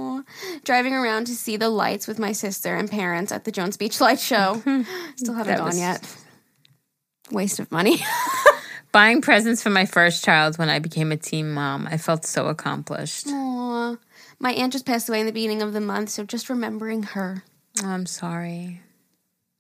Driving around to see the lights with my sister and parents at the Jones Beach Light Show. Still haven't
Hmm. That
gone
was-
yet. Waste of money.
Buying presents for my first child when I became a teen mom, I felt so accomplished.
Mm. Aw. My aunt just passed away in the beginning of the month, so just remembering her.
I'm sorry.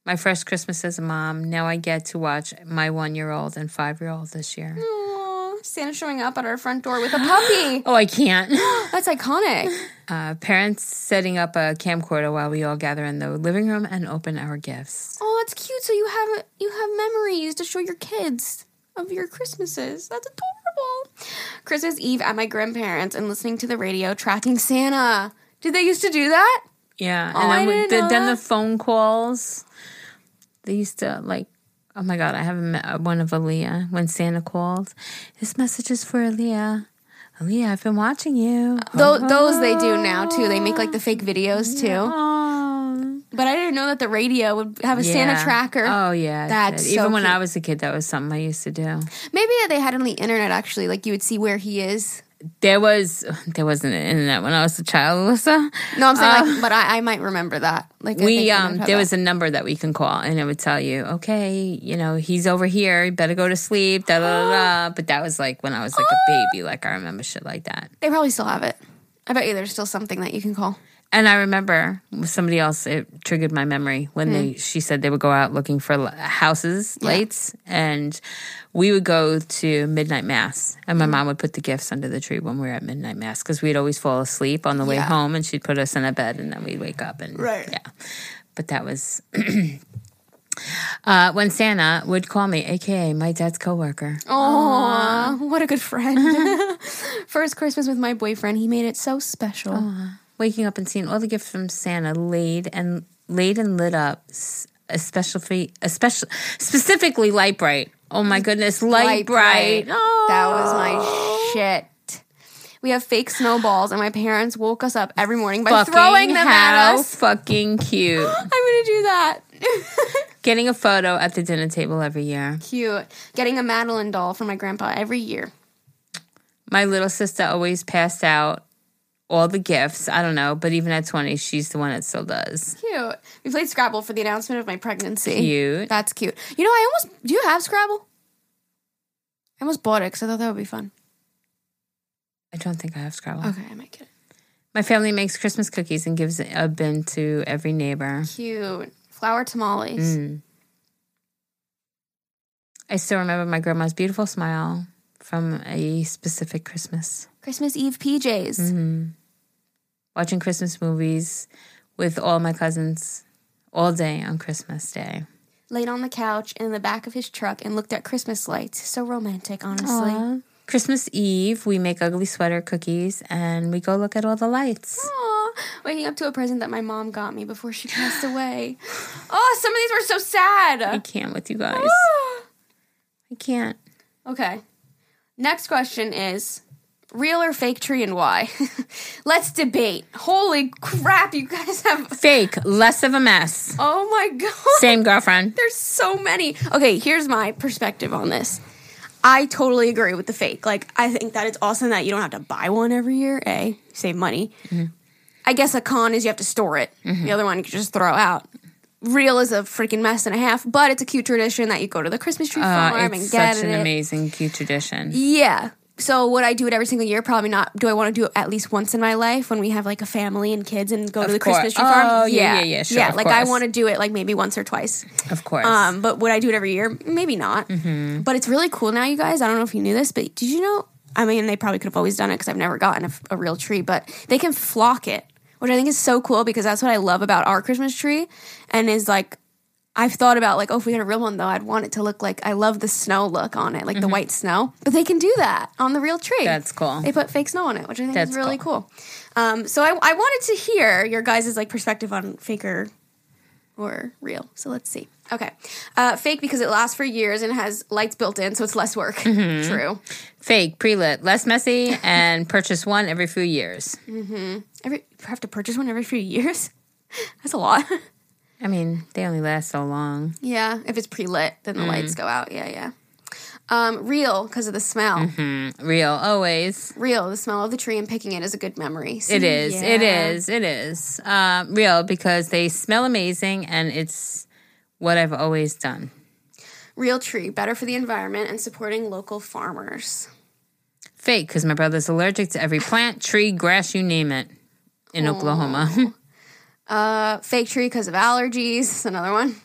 My first Christmas as a mom, now I get to watch my one year old and five year old this year.
Mm. Aw. Santa showing up at our front door with a puppy.
Oh, I can't.
That's iconic.
Uh, parents setting up a camcorder while we all gather in the living room and open our gifts.
Oh, that's cute. So you have you have memories to show your kids of your Christmases. That's adorable. Christmas Eve at my grandparents and listening to the radio tracking Santa. Did they used to do that?
Yeah,
Oh,
and
I
then, we-
didn't
the,
know
then the
that.
phone calls. They used to like, oh my god, I haven't met one of Aaliyah when Santa called. This message is for Aaliyah. Aaliyah, I've been watching you.
Tho- those they
Uh-huh.
do now too. They make like the fake videos too.
Oh,
But I didn't know that the radio would have a
Yeah.
Santa tracker.
Oh yeah, it
That's
did.
so
even when
cute.
I was a kid, that was something I used to do.
Maybe they had it on the internet actually. Like you would see where he is.
There was there wasn't an internet when I was a child, Alyssa.
No, I'm saying like, but I, I might remember that. Like I
Oh. we
think I
um
might have
there
that.
was a number that we can call and it would tell you okay you know he's over here you better go to sleep da da da, da. but that was like when i was like a baby like i remember shit like that
They probably still have it. I bet you there's still something that you can call.
and i remember with somebody else it triggered my memory when they she said they would go out looking for li- houses lights and we would go to midnight mass and my mom would put the gifts under the tree when we were at midnight mass because we'd always fall asleep on the way
Yeah.
home and she'd put us in a bed and then we'd wake up and yeah but that was uh, when Santa would call me, aka my dad's coworker.
Oh, what a good friend. First Christmas with my boyfriend, he made it so special.
Wait, waking up and seeing all the gifts from Santa laid and laid and lit up, s- especially especially specifically light bright. Oh my goodness, light, bright. Oh.
Mm, That was my shit. We have fake snowballs, and my parents woke us up every morning by
Fucking
throwing them
how
at us.
fucking cute.
I'm gonna do that.
Getting a photo at the dinner table every year.
Cute. Getting a Madeline doll for my grandpa every year.
My little sister always passed out all the gifts. I don't know, but even at 20, she's the one that still does.
Cute. We played Scrabble for the announcement of my pregnancy.
Cute.
That's cute. You know, I almost do you have Scrabble? I almost bought it because I thought that would be fun.
I don't think I have Scrabble.
Okay, I might get it.
My family makes Christmas cookies and gives a bin to every neighbor.
Cute. Flour tamales.
Mm. I still remember my grandma's beautiful smile from a specific Christmas.
Christmas Eve PJs.
Watching Christmas movies with all my cousins all day on Christmas Day.
Laid on the couch in the back of his truck and looked at Christmas lights. So romantic, honestly.
Aw. Christmas Eve, we make ugly sweater cookies and we go look at all the lights.
Aw, waking up to a present that my mom got me before she passed away. Oh, some of these were so
I
sad.
can't with you guys. I can't.
okay. Next question is real or fake tree and why? Let's debate. Holy crap, you guys have.
Fake, less of a mess.
Oh my god.
Same girlfriend.
There's so many. Okay, here's my perspective on this. I totally agree with the fake. Like, I think that it's awesome that you don't have to buy one every year. A, you save money. I guess a con is you have to store it.
Mm-hmm.
The other one you can just throw out. Real is a freaking mess and a half, but it's a cute tradition that you go to the Christmas tree
Uh,
farm
it's
and get
such
it.
an amazing, cute tradition.
Yeah. So would I do it every single year? Probably not. Do I want to do it at least once in my life when we have like a family and kids and go to the
course.
Christmas tree
Oh,
farm?
yeah, yeah, yeah, sure,
yeah.
of
Like I
course.
want to do it like maybe once or twice.
Of course. Mm-hmm.
Um, but would I do it every year? Maybe not. But it's really cool now, you guys. I don't know if you knew this, but did you know? I mean, they probably could have always done it because I've never gotten a, f- a real tree, but they can flock it, which I think is so cool because that's what I love about our Christmas tree. And is like, I've thought about like, oh, if we had a real one though, I'd want it to look like I love the snow look on it, like the white snow. But they can do that on the real tree.
Mm-hmm. That's cool.
They put fake snow on it, which I think
That's
is really cool. Um, so I, I wanted to hear your guys' like perspective on faker or real. So let's see. Okay. Uh, fake because it lasts for years and has lights built in, so it's less work.
Mm-hmm.
True.
Fake, pre lit, less messy, and purchase one every few years.
Every you have to purchase one every few years. That's a lot.
I mean, they only last so long.
yeah. If it's pre lit, then the
Mm.
lights go out. Yeah, yeah. Um, real because of the smell.
Mm-hmm. Real, always.
Real, the smell of the tree and picking it is a good memory.
It
See,
is, it
yeah.
is, it is. Uh, real because they smell amazing and it's what I've always done.
Real tree, better for the environment and supporting local farmers.
Fake because my brother's allergic to every plant, tree, grass, you name it in Oklahoma.
Uh, fake tree because of allergies. Another one.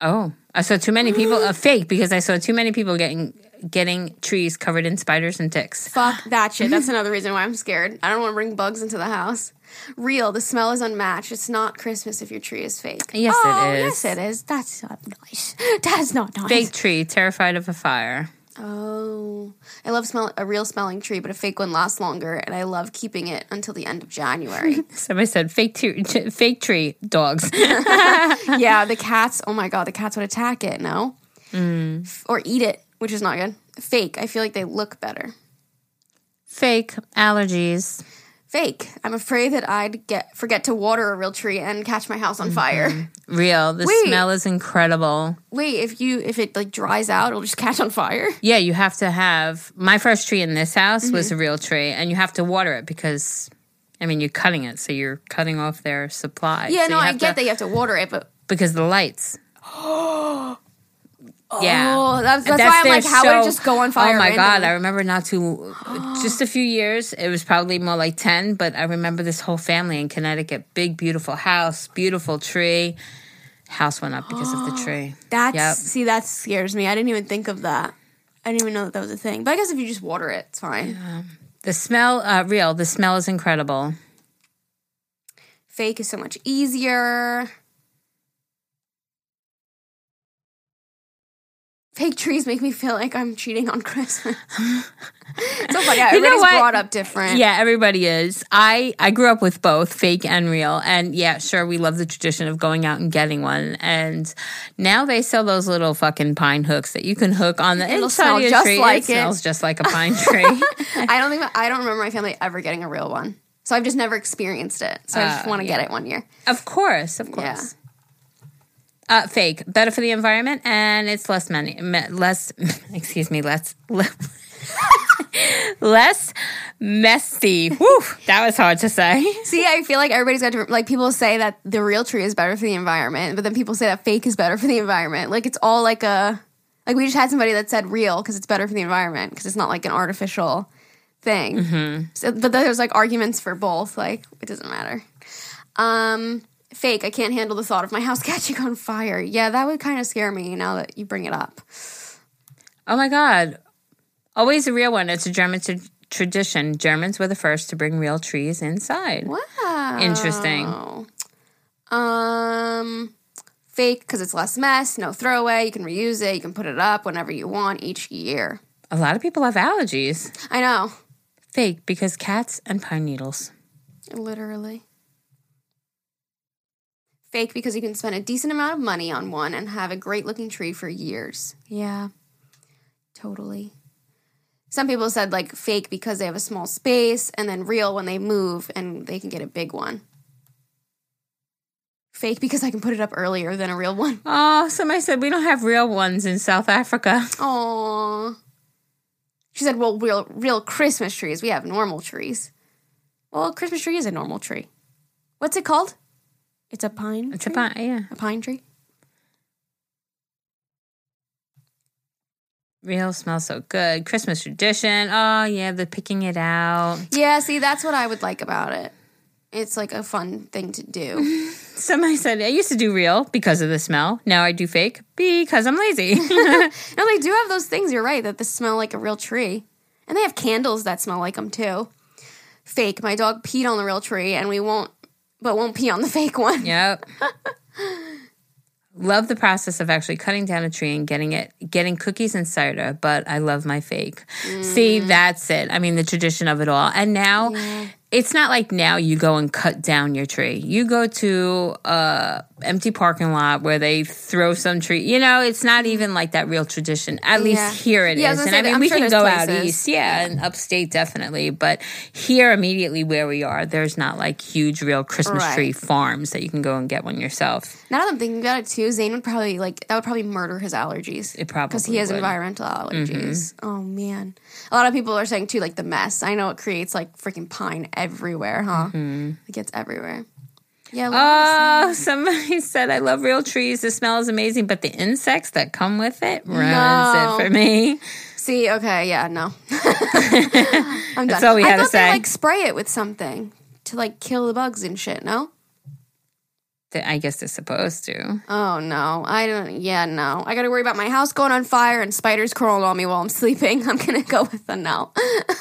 oh, I saw too many people. Uh, fake because I saw too many people getting getting trees covered in spiders and ticks.
Fuck that shit. That's another reason why I'm scared. I don't want to bring bugs into the house. Real, the smell is unmatched. It's not Christmas if your tree is fake.
Yes, it
oh,
is.
Yes, it is. That's not nice. That's not nice.
Fake tree, terrified of a fire.
Oh, I love smell a real smelling tree, but a fake one lasts longer, and I love keeping it until the end of January.
Somebody said fake tree, t- fake tree dogs.
yeah, the cats. Oh my god, the cats would attack it. No,
Mm.
F- or eat it, which is not good. Fake. I feel like they look better.
fake allergies.
Fake. I'm afraid that I'd get forget to water a real tree and catch my house on
Mm-hmm.
fire.
Real. The
Wait.
smell is incredible.
Wait, if you if it like dries out, it'll just catch on fire.
Yeah, you have to have my first tree in this house
Mm-hmm.
was a real tree, and you have to water it because, I mean, you're cutting it, so you're cutting off their supply.
Yeah,
So
no,
you
I
have
get
to-
that you have to water it, but
because the lights. yeah.
oh, that's, that's,
That's
why I'm
their
like, how would it
show-
just go on fire?
Oh my god!
randomly?
I remember not too, just a few years. It was probably more like ten, but I remember this whole family in Connecticut. Big, beautiful house, beautiful tree. House went up because of the tree.
That's
Yep.
see, that scares me. I didn't even think of that. I didn't even know that that was a thing. But I guess if you just water it, it's fine.
The smell, uh, real. The smell is incredible.
Fake is so much easier. fake trees make me feel like I'm cheating on Christmas. so funny. how
You know
Everybody's
what?
brought up different.
Yeah, everybody is. I I grew up with both fake and real, and yeah, sure, we love the tradition of going out and getting one. And now they sell those little fucking pine hooks that you can hook on the
It'll
inside
smell
of your
just
tree.
like
it
it.
smells just like a pine tree.
I don't think I don't remember my family ever getting a real one. So I've just never experienced it. So I
Uh,
just want to get it one year.
of course, of
Yeah.
course. Uh, fake, better for the environment, and it's less money, me- less. Excuse me, less. Le- Less messy. Whew, that was hard to say.
See, I feel like everybody's got different. Like people say that the real tree is better for the environment, but then people say that fake is better for the environment. Like it's all like a like we just had somebody that said real because it's better for the environment because it's not like an artificial thing. So, but there's like arguments for both. Like it doesn't matter. Um, fake. I can't handle the thought of my house catching on fire. Yeah, that would kind of scare me now that you bring it up.
Oh my God. Always a real one. It's a German tra- tradition. Germans were the first to bring real trees inside.
Wow.
Interesting.
Um, fake because it's less mess, no throwaway. You can reuse it. You can put it up whenever you want each year.
A lot of people have allergies.
I know,
Fake because cats and pine needles.
literally. Fake because you can spend a decent amount of money on one and have a great looking tree for years. Yeah, totally. Some people said like fake because they have a small space, and then real when they move and they can get a big one. Fake because I can put it up earlier than a real one.
Oh, somebody said we don't have real ones in South Africa.
Aww. She said, "Well, real, real Christmas trees. We have normal trees. Well, a Christmas tree is a normal tree. What's it called? It's a pine.
It's a
tree?
pine, yeah.
A pine tree.
Real smells so good. Christmas tradition. Oh, yeah, the picking it out.
Yeah. See, that's what I would like about it. It's like a fun thing to do.
Somebody said I used to do real because of the smell. Now I do fake because I'm lazy.
no, they do have those things. You're right that they smell like a real tree, and they have candles that smell like them too. Fake. My dog peed on the real tree, and we won't, but won't pee on the fake one.
Yep. love the process of actually cutting down a tree and getting it getting cookies and cider, but I love my fake. See,
Mm.
that's it. I mean the tradition of it all. And now it's not like now you go and cut down your tree. You go to a empty parking lot where they throw some tree. You know, it's not even like that real tradition. At
Yeah.
least here it is.
Yeah, I was gonna
And I
say that-
mean
I'm
we
sure
can
there's
go out
places.
east, yeah, and upstate definitely, but here immediately where we are, there's not like huge real Christmas
Right.
tree farms that you can go and get one yourself.
Now that I'm thinking about it too, Zane would probably like that would probably murder his allergies.
It probably
because he has
would. Mm-hmm.
environmental allergies. Oh man, a lot of people are saying too like the mess. I know it creates like freaking pine everywhere, huh?
Mm-hmm.
It gets everywhere. Yeah. a lot of
Oh, somebody said I love real trees. The smell is amazing, but the insects that come with it ruins
No.
it for me.
this- See, okay, yeah, no, I'm done.
That's all we
I
had to
thought
say.
They, like spray it with something to like kill the bugs and shit. No.
That I guess they're supposed to.
Oh no, I don't. Yeah, no. I got to worry about my house going on fire and spiders crawling on me while I'm sleeping. I'm gonna go with the no.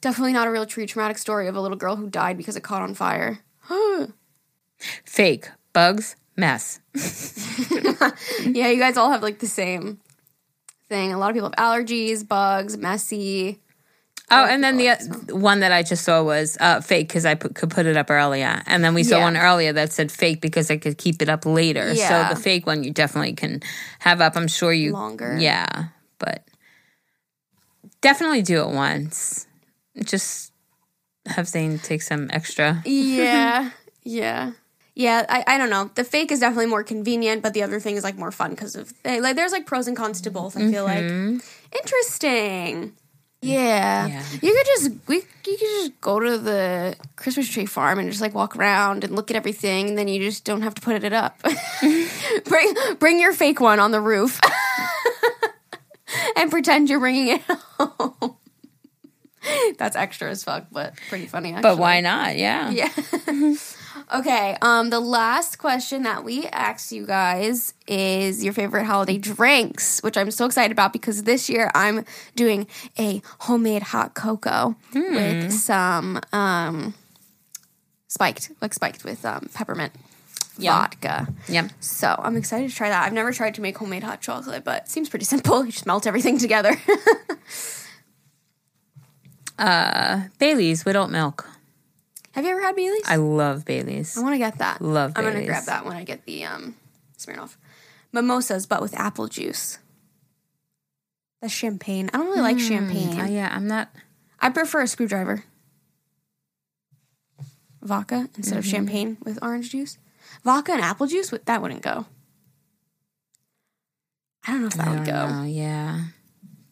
Definitely not a real true traumatic story of a little girl who died because it caught on fire.
Fake bugs mess.
yeah, you guys all have like the same thing. A lot of people have allergies, bugs, messy.
Oh, and then the uh, one that I just saw was uh, fake because I put, could put it up earlier, and then we saw
Yeah.
one earlier that said fake because I could keep it up later.
Yeah.
So the fake one you definitely can have up. I'm sure you
Longer.
Yeah, but definitely do it once. Just have Zane take some extra.
Yeah, yeah. Yeah, I, I don't know. The fake is definitely more convenient, but the other thing is like more fun because of they, like there's like pros and cons to both. I feel like interesting. Yeah.
Mm-hmm. Yeah.
you could just we you could just go to the Christmas tree farm and just like walk around and look at everything, and then you just don't have to put it up. bring bring your fake one on the roof and pretend you're bringing it home. That's extra as fuck, but pretty funny. Actually.
But why not? Yeah.
Yeah. okay. Um, the last question that we asked you guys is your favorite holiday drinks, which I'm so excited about because this year I'm doing a homemade hot cocoa with some um, spiked, like spiked with um, peppermint vodka.
Yep.
So I'm excited to try that. I've never tried to make homemade hot chocolate, but it seems pretty simple. You just melt everything together.
Bailey's with oat milk.
Have you ever had Bailey's?
I love Bailey's.
I want to get that.
Love
I'm gonna
Baileys.
grab that when I get the um, Smirnoff mimosas, but with apple juice. The champagne. I don't really like champagne.
Oh,
I,
yeah, I'm not.
prefer a screwdriver. Vodka instead of champagne with orange juice. Vodka and apple juice. With, that wouldn't go. I don't know if that
I
would
don't
go.
know. Yeah.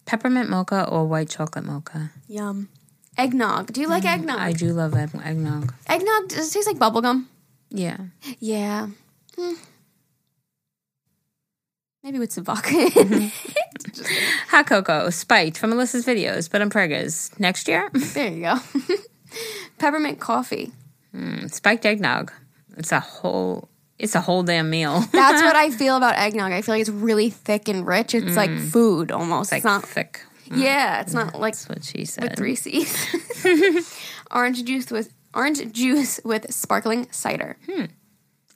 Peppermint mocha or white chocolate mocha.
Yum. Eggnog. Do you like eggnog?
I do love egg- eggnog.
eggnog does it taste like bubblegum?
Yeah.
Yeah. Mm. Maybe with some vodka.
Hot cocoa, spiked from Alyssa's videos, but on Preggers. Next year,
there you go. Peppermint coffee.
Mm, spiked eggnog. It's a whole. It's a whole damn meal.
That's what I feel about eggnog. I feel like it's really thick and rich. It's like food almost.
Mm. like
It's not.
thick.
Yeah, it's not like
That's what she
with
said.
three C's. orange juice with orange juice with sparkling cider.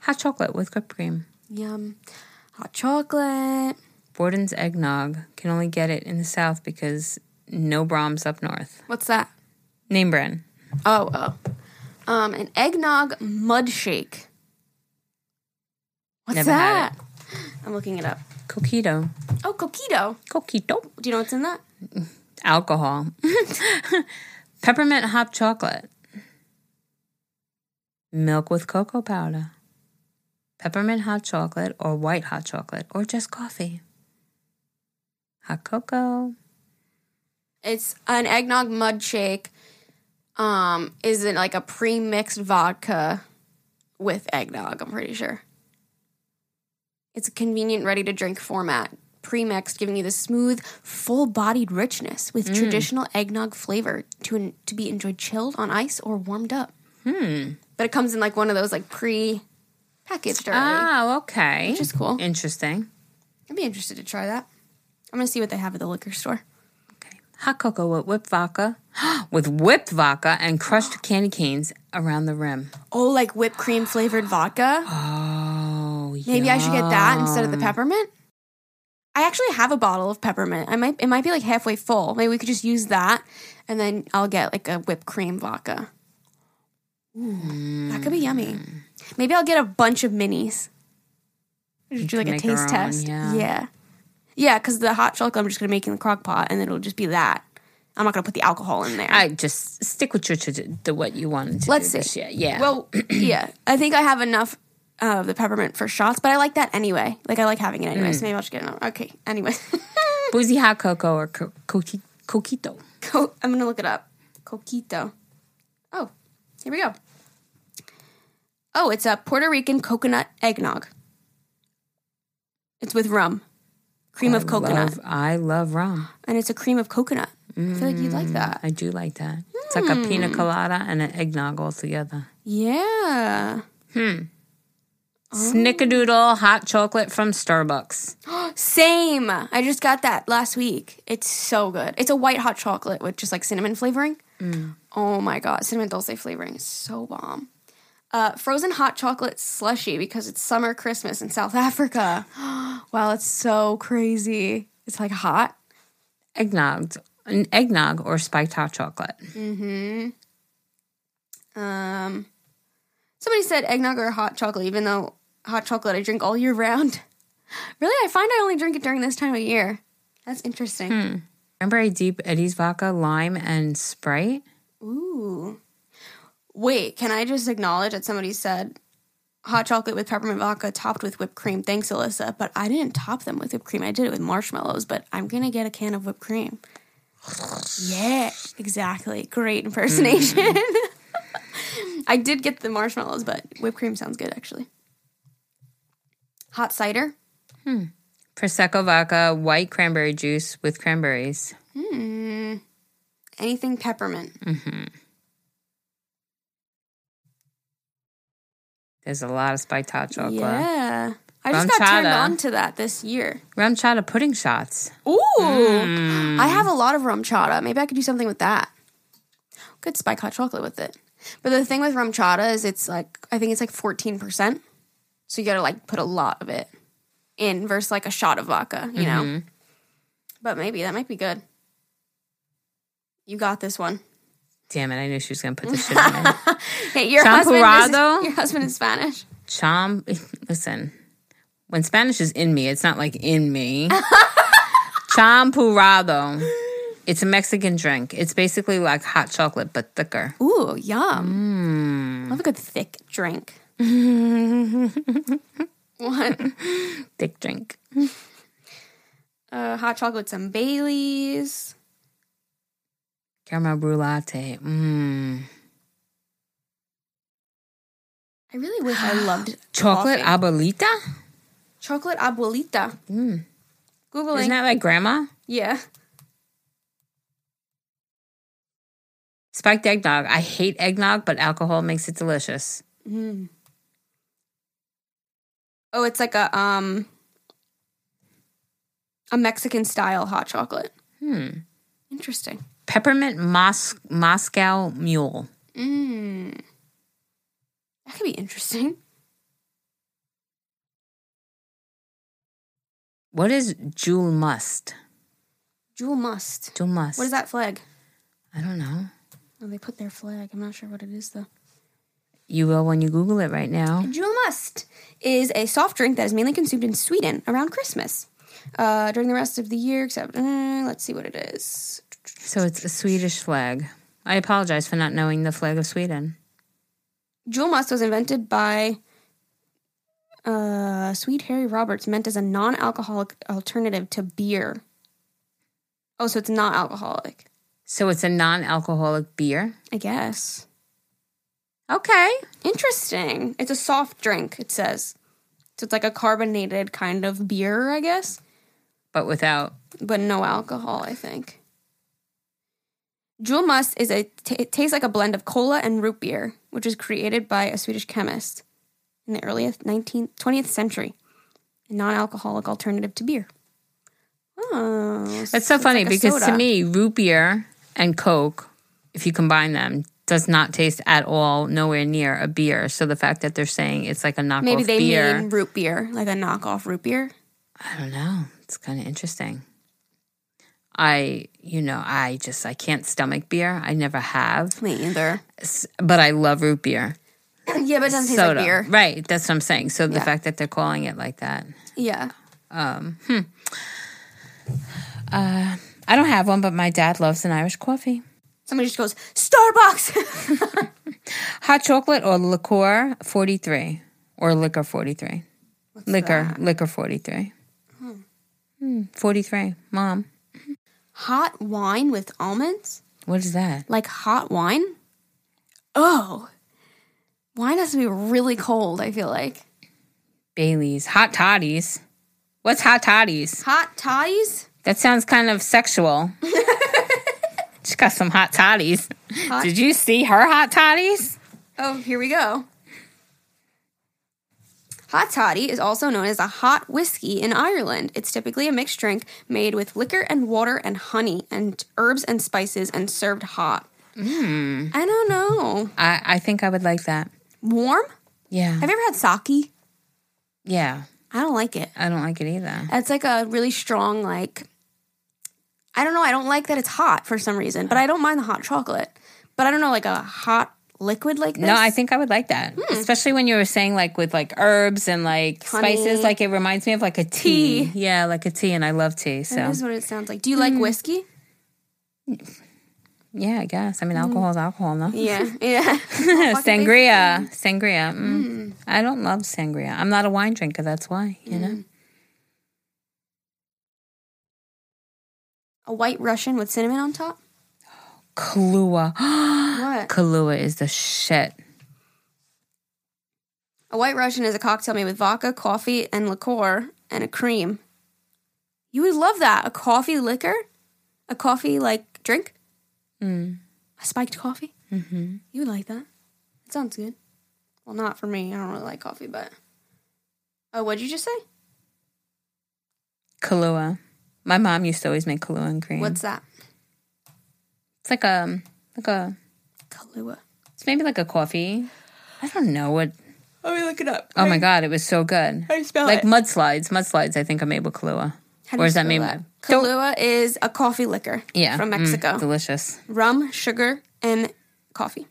Hot chocolate with whipped cream.
Yum. Hot chocolate.
Borden's eggnog can only get it in the South because no Brahms up north.
What's that?
Name brand.
Oh, oh. Um, an eggnog mud shake. What's
Never had
that? I'm looking it up.
Coquito.
Oh, coquito.
Coquito.
Do you know what's in that?
Alcohol. Peppermint hot chocolate. Milk with cocoa powder. Peppermint hot chocolate or white hot chocolate or just coffee. Hot cocoa.
It's an eggnog mud shake. Um, is it like a pre-mixed vodka with eggnog? I'm pretty sure. It's a convenient, ready-to-drink format, pre-mixed, giving you the smooth, full-bodied richness with traditional eggnog flavor to en- to be enjoyed chilled on ice or warmed up.
Hmm.
But it comes in like one of those like pre-packaged already.
Oh, okay.
Which is cool.
Interesting.
I'd be interested to try that. I'm gonna see what they have at the liquor store.
Okay. Hot cocoa with whipped vodka, with whipped vodka and crushed candy canes around the rim.
Oh, like whipped cream flavored vodka.
Oh,
Maybe I should get that instead of the peppermint. I actually have a bottle of peppermint. I might it might be like halfway full. Maybe we could just use that and then I'll get like a whipped cream vodka. Ooh, that could be yummy.
Hmm.
Maybe I'll get a bunch of minis. Just do like a
make your
taste
own,
test.
yeah.
yeah. Yeah, because the hot chocolate I'm just gonna make in the crock pot and then it'll just be that. I'm not gonna put the alcohol in there.
I just stick with your, to, to what you wanted to
Let's
do this
see.
year. Yeah.
Well, yeah, I think I have enough of the peppermint for shots, but I like that anyway. Like I like having it
Mm.
anyway. So maybe I'll just get another. Okay, anyway,
boozy hot cocoa or co- coqui- coquito.
Co- I'm gonna look it up. Coquito. Oh, here we go. Oh, it's a Puerto Rican coconut eggnog. It's with rum, cream of coconut,
Love, I love rum.
and it's a cream of coconut. I feel like you'd like that.
I do like that. It's like a pina colada and an eggnog all together.
Yeah.
Snickerdoodle hot chocolate from Starbucks.
Same. I just got that last week. It's so good. It's a white hot chocolate with just like cinnamon flavoring. Oh my god, cinnamon dulce flavoring is so bomb. Uh, frozen hot chocolate slushy because it's summer Christmas in South Africa. wow, it's so crazy. It's like hot.
Eggnog, an eggnog or spiked hot chocolate.
Um, somebody said eggnog or hot chocolate, even though hot chocolate I drink all year round. really, I find I only drink it during this time of year. That's interesting.
Cranberry deep Eddie's vodka, lime and Sprite.
Ooh. Wait, can I just acknowledge that somebody said hot chocolate with peppermint vodka topped with whipped cream? Thanks, Alyssa. But I didn't top them with whipped cream. I did it with marshmallows, but I'm going to get a can of whipped cream. Yeah, exactly. Great impersonation. I did get the marshmallows, but whipped cream sounds good actually. Hot cider?
Prosecco vodka, white cranberry juice with cranberries.
Hmm. Anything peppermint.
There's a lot of spiked hot chocolate.
Yeah. I just got turned
Bruschetta.
on to that this year.
Rum chata pudding shots.
Ooh, I have a lot of rum chata. Maybe I could do something with that. Could spike hot chocolate with it. But the thing with rum chata is it's like I think it's like fourteen percent, So you gotta like put a lot of it in versus like a shot of vodka, you know? But maybe that might be good. You got this one.
Damn it, I knew she was going to put this shit on me.
Hey, your husband,
Champurrado?
is, your husband is Spanish.
Chom, listen, when Spanish is in me, it's not like in me. Champurrado. It's a Mexican drink. It's basically like hot chocolate, but thicker.
Ooh, yum. Love a good thick drink. what?
Thick drink.
Uh, hot chocolate, some Baileys.
Caramel brulee latte. Mmm.
I really wish I loved
Chocolate
coffee.
abuelita?
chocolate abuelita.
Mm.
Googling.
Isn't that like grandma?
yeah.
Spiked eggnog. I hate eggnog, but alcohol makes it delicious.
Oh, it's like a um a Mexican style hot chocolate.
Hmm.
Interesting.
Peppermint Mos- Moscow Mule.
Mmm. That could be interesting.
What is Jewel Must?
Jewel must.
Jewel Must.
What is that flag?
I don't know.
Oh, they put their flag. I'm not sure what it is though.
You will when you Google it right now.
Jewel Must is a soft drink that is mainly consumed in Sweden around Christmas. Uh, during the rest of the year, except uh, let's see what it is.
So it's a Swedish flag. I apologize for not knowing the flag of Sweden.
Jewel Must was invented by uh, Swede Harry Roberts, meant as a non-alcoholic alternative to beer. Oh, so it's not alcoholic,
So it's a non alcoholic beer.
I guess.
Okay.
Interesting. It's a soft drink. It says so. It's like a carbonated kind of beer, I guess.
But without.
but no alcohol, I think. Jewel Must is a t- it tastes like a blend of cola and root beer, which was created by a Swedish chemist in the early 19th 20th century. A non-alcoholic alternative to beer. Oh,
That's so
it's
funny
like a
because to
soda.
me, root beer and Coke, if you combine them, does not taste at all nowhere near a beer. So the fact that they're saying it's like a knockoff
maybe they
beer,
mean root beer, like a knockoff root beer.
I don't know. It's kind of interesting. I, you know, I just I can't stomach beer. I never have,
Me either.
S- but I love root beer.
yeah, but it doesn't taste
soda.
like beer.
Right. That's what I'm saying. So the
Yeah.
fact that they're calling it like that.
Yeah.
Um, hmm. Uh, I don't have one, but my dad loves an Irish coffee.
Somebody just goes Starbucks.
Hot chocolate or liqueur 43 or liquor 43. liquor, liquor 43. Hmm, 43. Mom,
hot wine with almonds.
what is that?
like hot wine. Oh, wine has to be really cold. I feel like
Bailey's. Hot toddies. What's hot toddies?
hot toddies.
That sounds kind of sexual. she got some hot toddies. Did you see her hot toddies?
Oh, here we go. Hot toddy is also known as a hot whiskey in Ireland. It's typically a mixed drink made with liquor and water and honey and herbs and spices and served hot. I don't know.
I, I think I would like that.
Warm?
Yeah.
Have you ever had sake?
Yeah.
I don't like it.
I don't like it either.
It's like a really strong, like, I don't know. I don't like that it's hot for some reason, but I don't mind the hot chocolate. But I don't know, like a hot liquid like this.
No, I think I would like that,
Hmm.
especially when you were saying like with like herbs and like
Honey.
spices. Like it reminds me of like a tea. Yeah, like a tea, and I love tea. So Mm.
that is what it sounds like. Do you like whiskey?
yeah, I guess. I mean, alcohol is alcohol, no?
Hmm. Yeah, yeah.
sangria, sangria. Mm.
Hmm.
I don't love sangria. I'm not a wine drinker. That's why you
Hmm.
know.
A white Russian with cinnamon on top.
Kahlua.
What?
Kahlua is the shit.
A white Russian is a cocktail made with vodka, coffee, and liqueur, and a cream. You would love that. A coffee liquor? A coffee like drink?
Mm.
A spiked coffee?
hmm
You would like that. It sounds good. Well, not for me. I don't really like coffee, but. Oh, what'd you just say?
Kahlua. My mom used to always make Kahlua and cream.
What's that?
it's like a like a
Kahlua.
It's maybe like a coffee. I don't know what.
Let me look it up.
Oh my god, it was so good.
How do you spell
like
it?
mudslides, mudslides. I think are made with Kahlua.
How do
or
you
is that
spell
made? Don't-
Kahlua is a coffee liquor.
yeah,
from
mm,
Mexico.
delicious.
Rum, sugar, and coffee.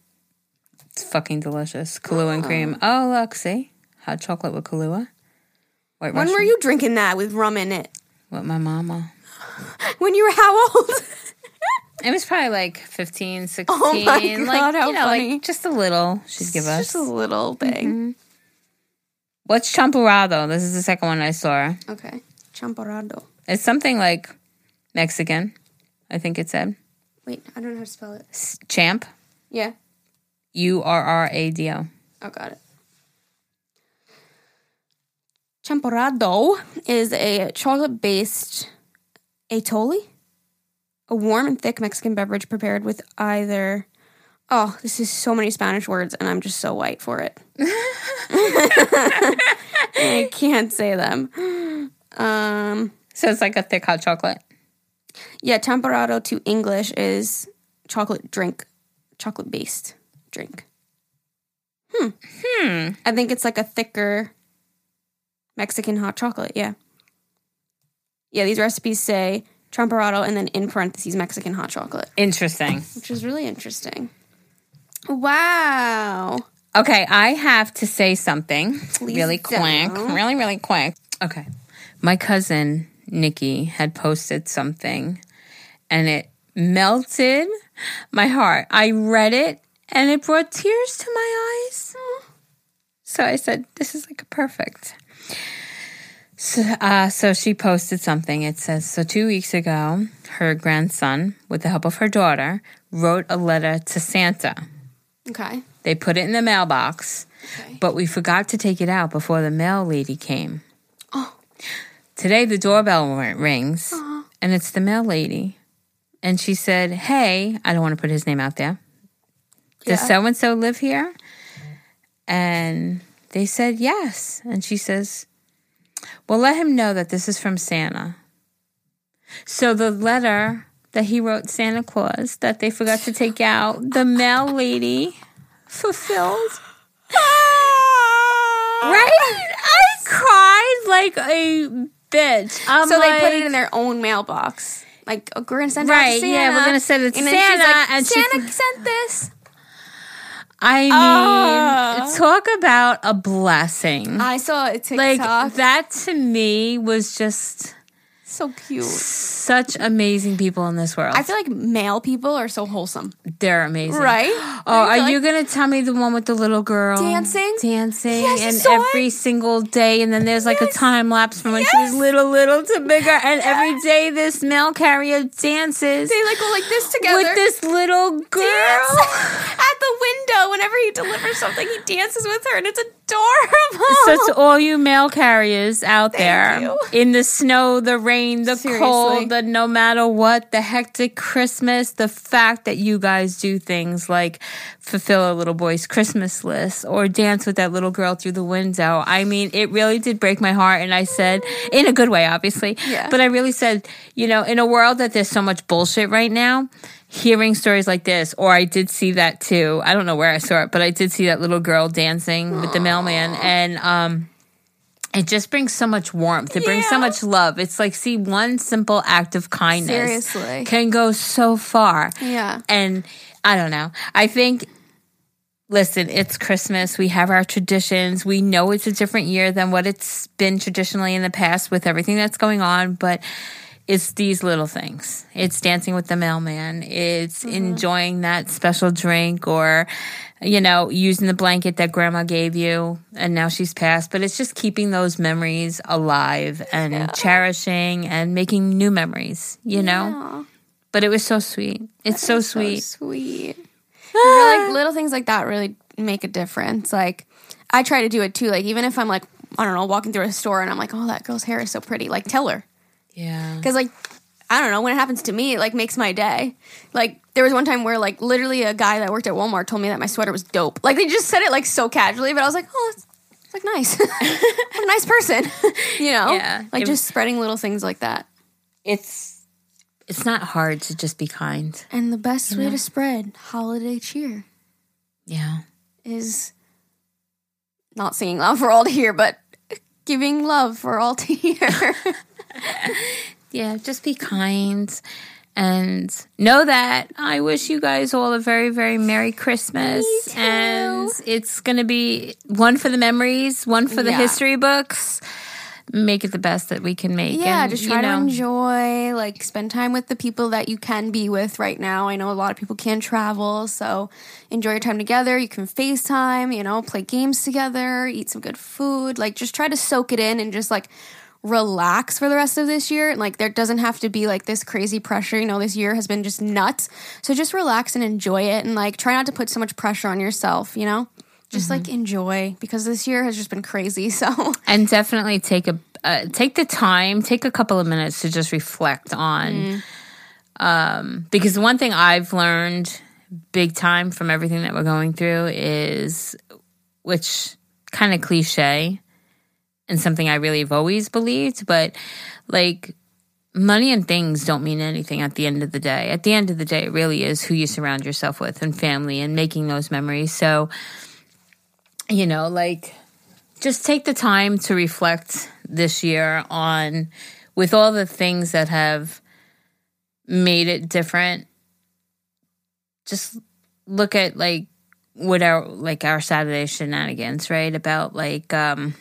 It's fucking delicious. Kahlua and cream. Oh look, see hot chocolate with Kahlua. White
When
Russian.
were you drinking that with rum in it?
With my mama.
When you were how old?
It was probably like 15, 16.
Oh my
like,
God, how
you know,
funny.
like just a little she'd give us.
Just a little thing.
What's champurrado? This is the second one I saw.
Okay. Champorado.
It's something like Mexican, I think it said.
Wait, I don't know how to spell it.
S- Champ,
Yeah.
U R R A D O.
Oh, got it. Champorado is a chocolate based atole, a warm and thick Mexican beverage prepared with either. Oh, this is so many Spanish words, and I'm just so white for it. I can't say them. Um,
So it's like a thick hot chocolate.
yeah, champorado to English is chocolate drink, chocolate based drink.
Hmm.
I think it's like a thicker Mexican hot chocolate. Yeah. Yeah, these recipes say champorado and then in parentheses Mexican hot chocolate,
Interesting.
which is really interesting. Wow.
Okay, I have to say something really
don't.
quick. Really, really quick. Okay. My cousin Nikki had posted something and it melted my heart. I read it and it brought tears to my eyes. So I said, This is like perfect. So, uh, so she posted something. It says So two weeks ago, her grandson, with the help of her daughter, wrote a letter to Santa.
Okay.
They put it in the mailbox, but we forgot to take it out before the mail lady came. Today the doorbell ri- rings, and it's the mail lady. And she said, Hey, I don't want to put his name out there. Does
Yeah.
so and so live here? And they said, Yes. And she says, Well, let him know that this is from Santa. So the letter that he wrote Santa Claus that they forgot to take out, the mail lady fulfilled. Right? I cried like a bitch. I'm
so they
like,
put it in their own mailbox. Like oh, we're gonna send it out to
Right,
Santa.
yeah, we're gonna send it to
and then she's
Santa,
like,
and she-
Santa sent this.
I mean,
Ah.
talk about a blessing.
I saw a TikTok.
Like that to me was just
so cute.
such amazing people in this world.
I feel like male people are so wholesome,
They're amazing,
right?
Oh,
I
are
feel
you
like-
gonna tell me the one with the little girl
Dancing?
dancing,
Yes, I
and
saw it.
every single day, and then there's like a time lapse from when she was
Yes.
little, little to bigger, and every day this mail carrier dances
they like go like this together
with this little girl.
dance at the window whenever he delivers something he dances with her and it's adorable
So to all you mail carriers out there,
you.
in the snow, the rain, the
Seriously.
cold, the no matter what, the hectic Christmas, the fact that you guys do things like fulfill a little boy's Christmas list or dance with that little girl through the window. I mean, it really did break my heart. And I said, in a good way, obviously,
Yeah.
but I really said, you know, in a world that there's so much bullshit right now, hearing stories like this, or I did see that too. I don't know where I saw it, but I did see that little girl dancing with the mailman, and um, it just brings so much warmth. It brings so
Yeah.
much love. It's like see one simple act of kindness
Seriously.
can go so far.
Yeah.
and I don't know. I think Listen, it's Christmas. We have our traditions. We know it's a different year than what it's been traditionally in the past with everything that's going on, but it's these little things. It's dancing with the mailman. It's enjoying that special drink or, you know, using the blanket that grandma gave you and now she's passed. But it's just keeping those memories alive and cherishing and making new memories, you know?
Aw,
But it was so sweet. It's so
so
sweet.
sweet I feel like little things like that really make a difference like I try to do it too like even if I'm like I don't know walking through a store and I'm like oh that girl's hair is so pretty like tell her
yeah.
because like I don't know when it happens to me it like makes my day like there was one time where like literally a guy that worked at Walmart told me that my sweater was dope like they just said it like so casually but I was like oh that's like nice I'm a nice person you know
Yeah.
like
It-
just spreading little things like that
it's it's not hard to just be kind.
and the best way to spread holiday cheer
Yeah.
is not singing love for all to hear, but giving love for all to hear.
Yeah, just be kind and know that I wish you guys all a very, very Merry Christmas. And it's going to be one for the memories, one for the
Yeah.
history books. Make it the best that we can make.
yeah,
and,
just
you
try to
know,
enjoy, like spend time with the people that you can be with right now. I know a lot of people can travel, so enjoy your time together. You can FaceTime, you know, play games together, eat some good food. Like just try to soak it in and just like relax for the rest of this year. And like there doesn't have to be like this crazy pressure. You know, this year has been just nuts. So just relax and enjoy it and like try not to put so much pressure on yourself, you know? Just
Mm-hmm.
like enjoy because this year has just been crazy. So
and definitely take a uh, take the time, take a couple of minutes to just reflect on. Um, because one thing I've learned big time from everything that we're going through is, which kind of cliche, and something I really have always believed, but like money and things don't mean anything at the end of the day. At the end of the day, it really is who you surround yourself with and family and making those memories. So, you know, like just take the time to reflect this year on with all the things that have made it different. Just look at like what our like our Saturday shenanigans, right? About like um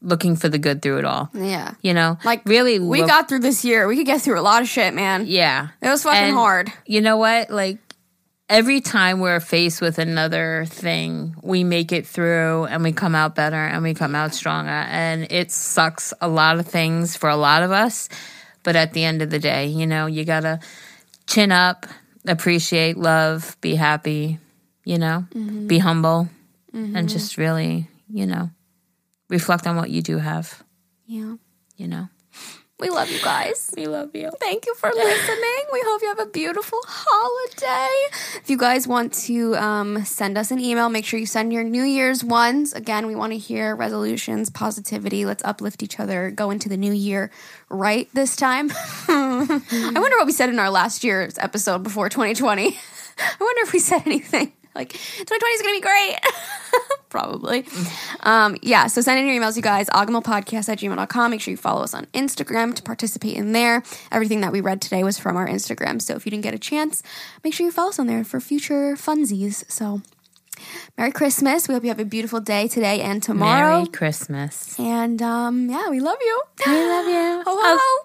looking for the good through it all.
yeah.
You know,
Like
really,
we
look-
got through this year. We could get through a lot of shit, man.
yeah.
It was fucking
And
hard.
You know what? Like every time we're faced with another thing, we make it through and we come out better and we come out stronger. And it sucks a lot of things for a lot of us. But at the end of the day, you know, you got to chin up, appreciate love, be happy, you know, be humble, and just really, you know, reflect on what you do have,
Yeah.
you know.
We love you guys.
We love you.
Thank you for listening. We hope you have a beautiful holiday. If you guys want to um, send us an email, make sure you send your New Year's ones. Again, we want to hear resolutions, positivity. Let's uplift each other. Go into the new year right this time. I wonder what we said in our last year's episode before 2020. I wonder if we said anything like 2020 is going to be great. Probably. Um, yeah, so send in your emails, you guys. Ogmillpodcast at gmail.com. Make sure you follow us on Instagram to participate in there. Everything that we read today was from our Instagram. So if you didn't get a chance, make sure you follow us on there for future funsies. So Merry Christmas. We hope you have a beautiful day today and tomorrow.
Merry Christmas.
And um, yeah, we love you. We love you. Hello.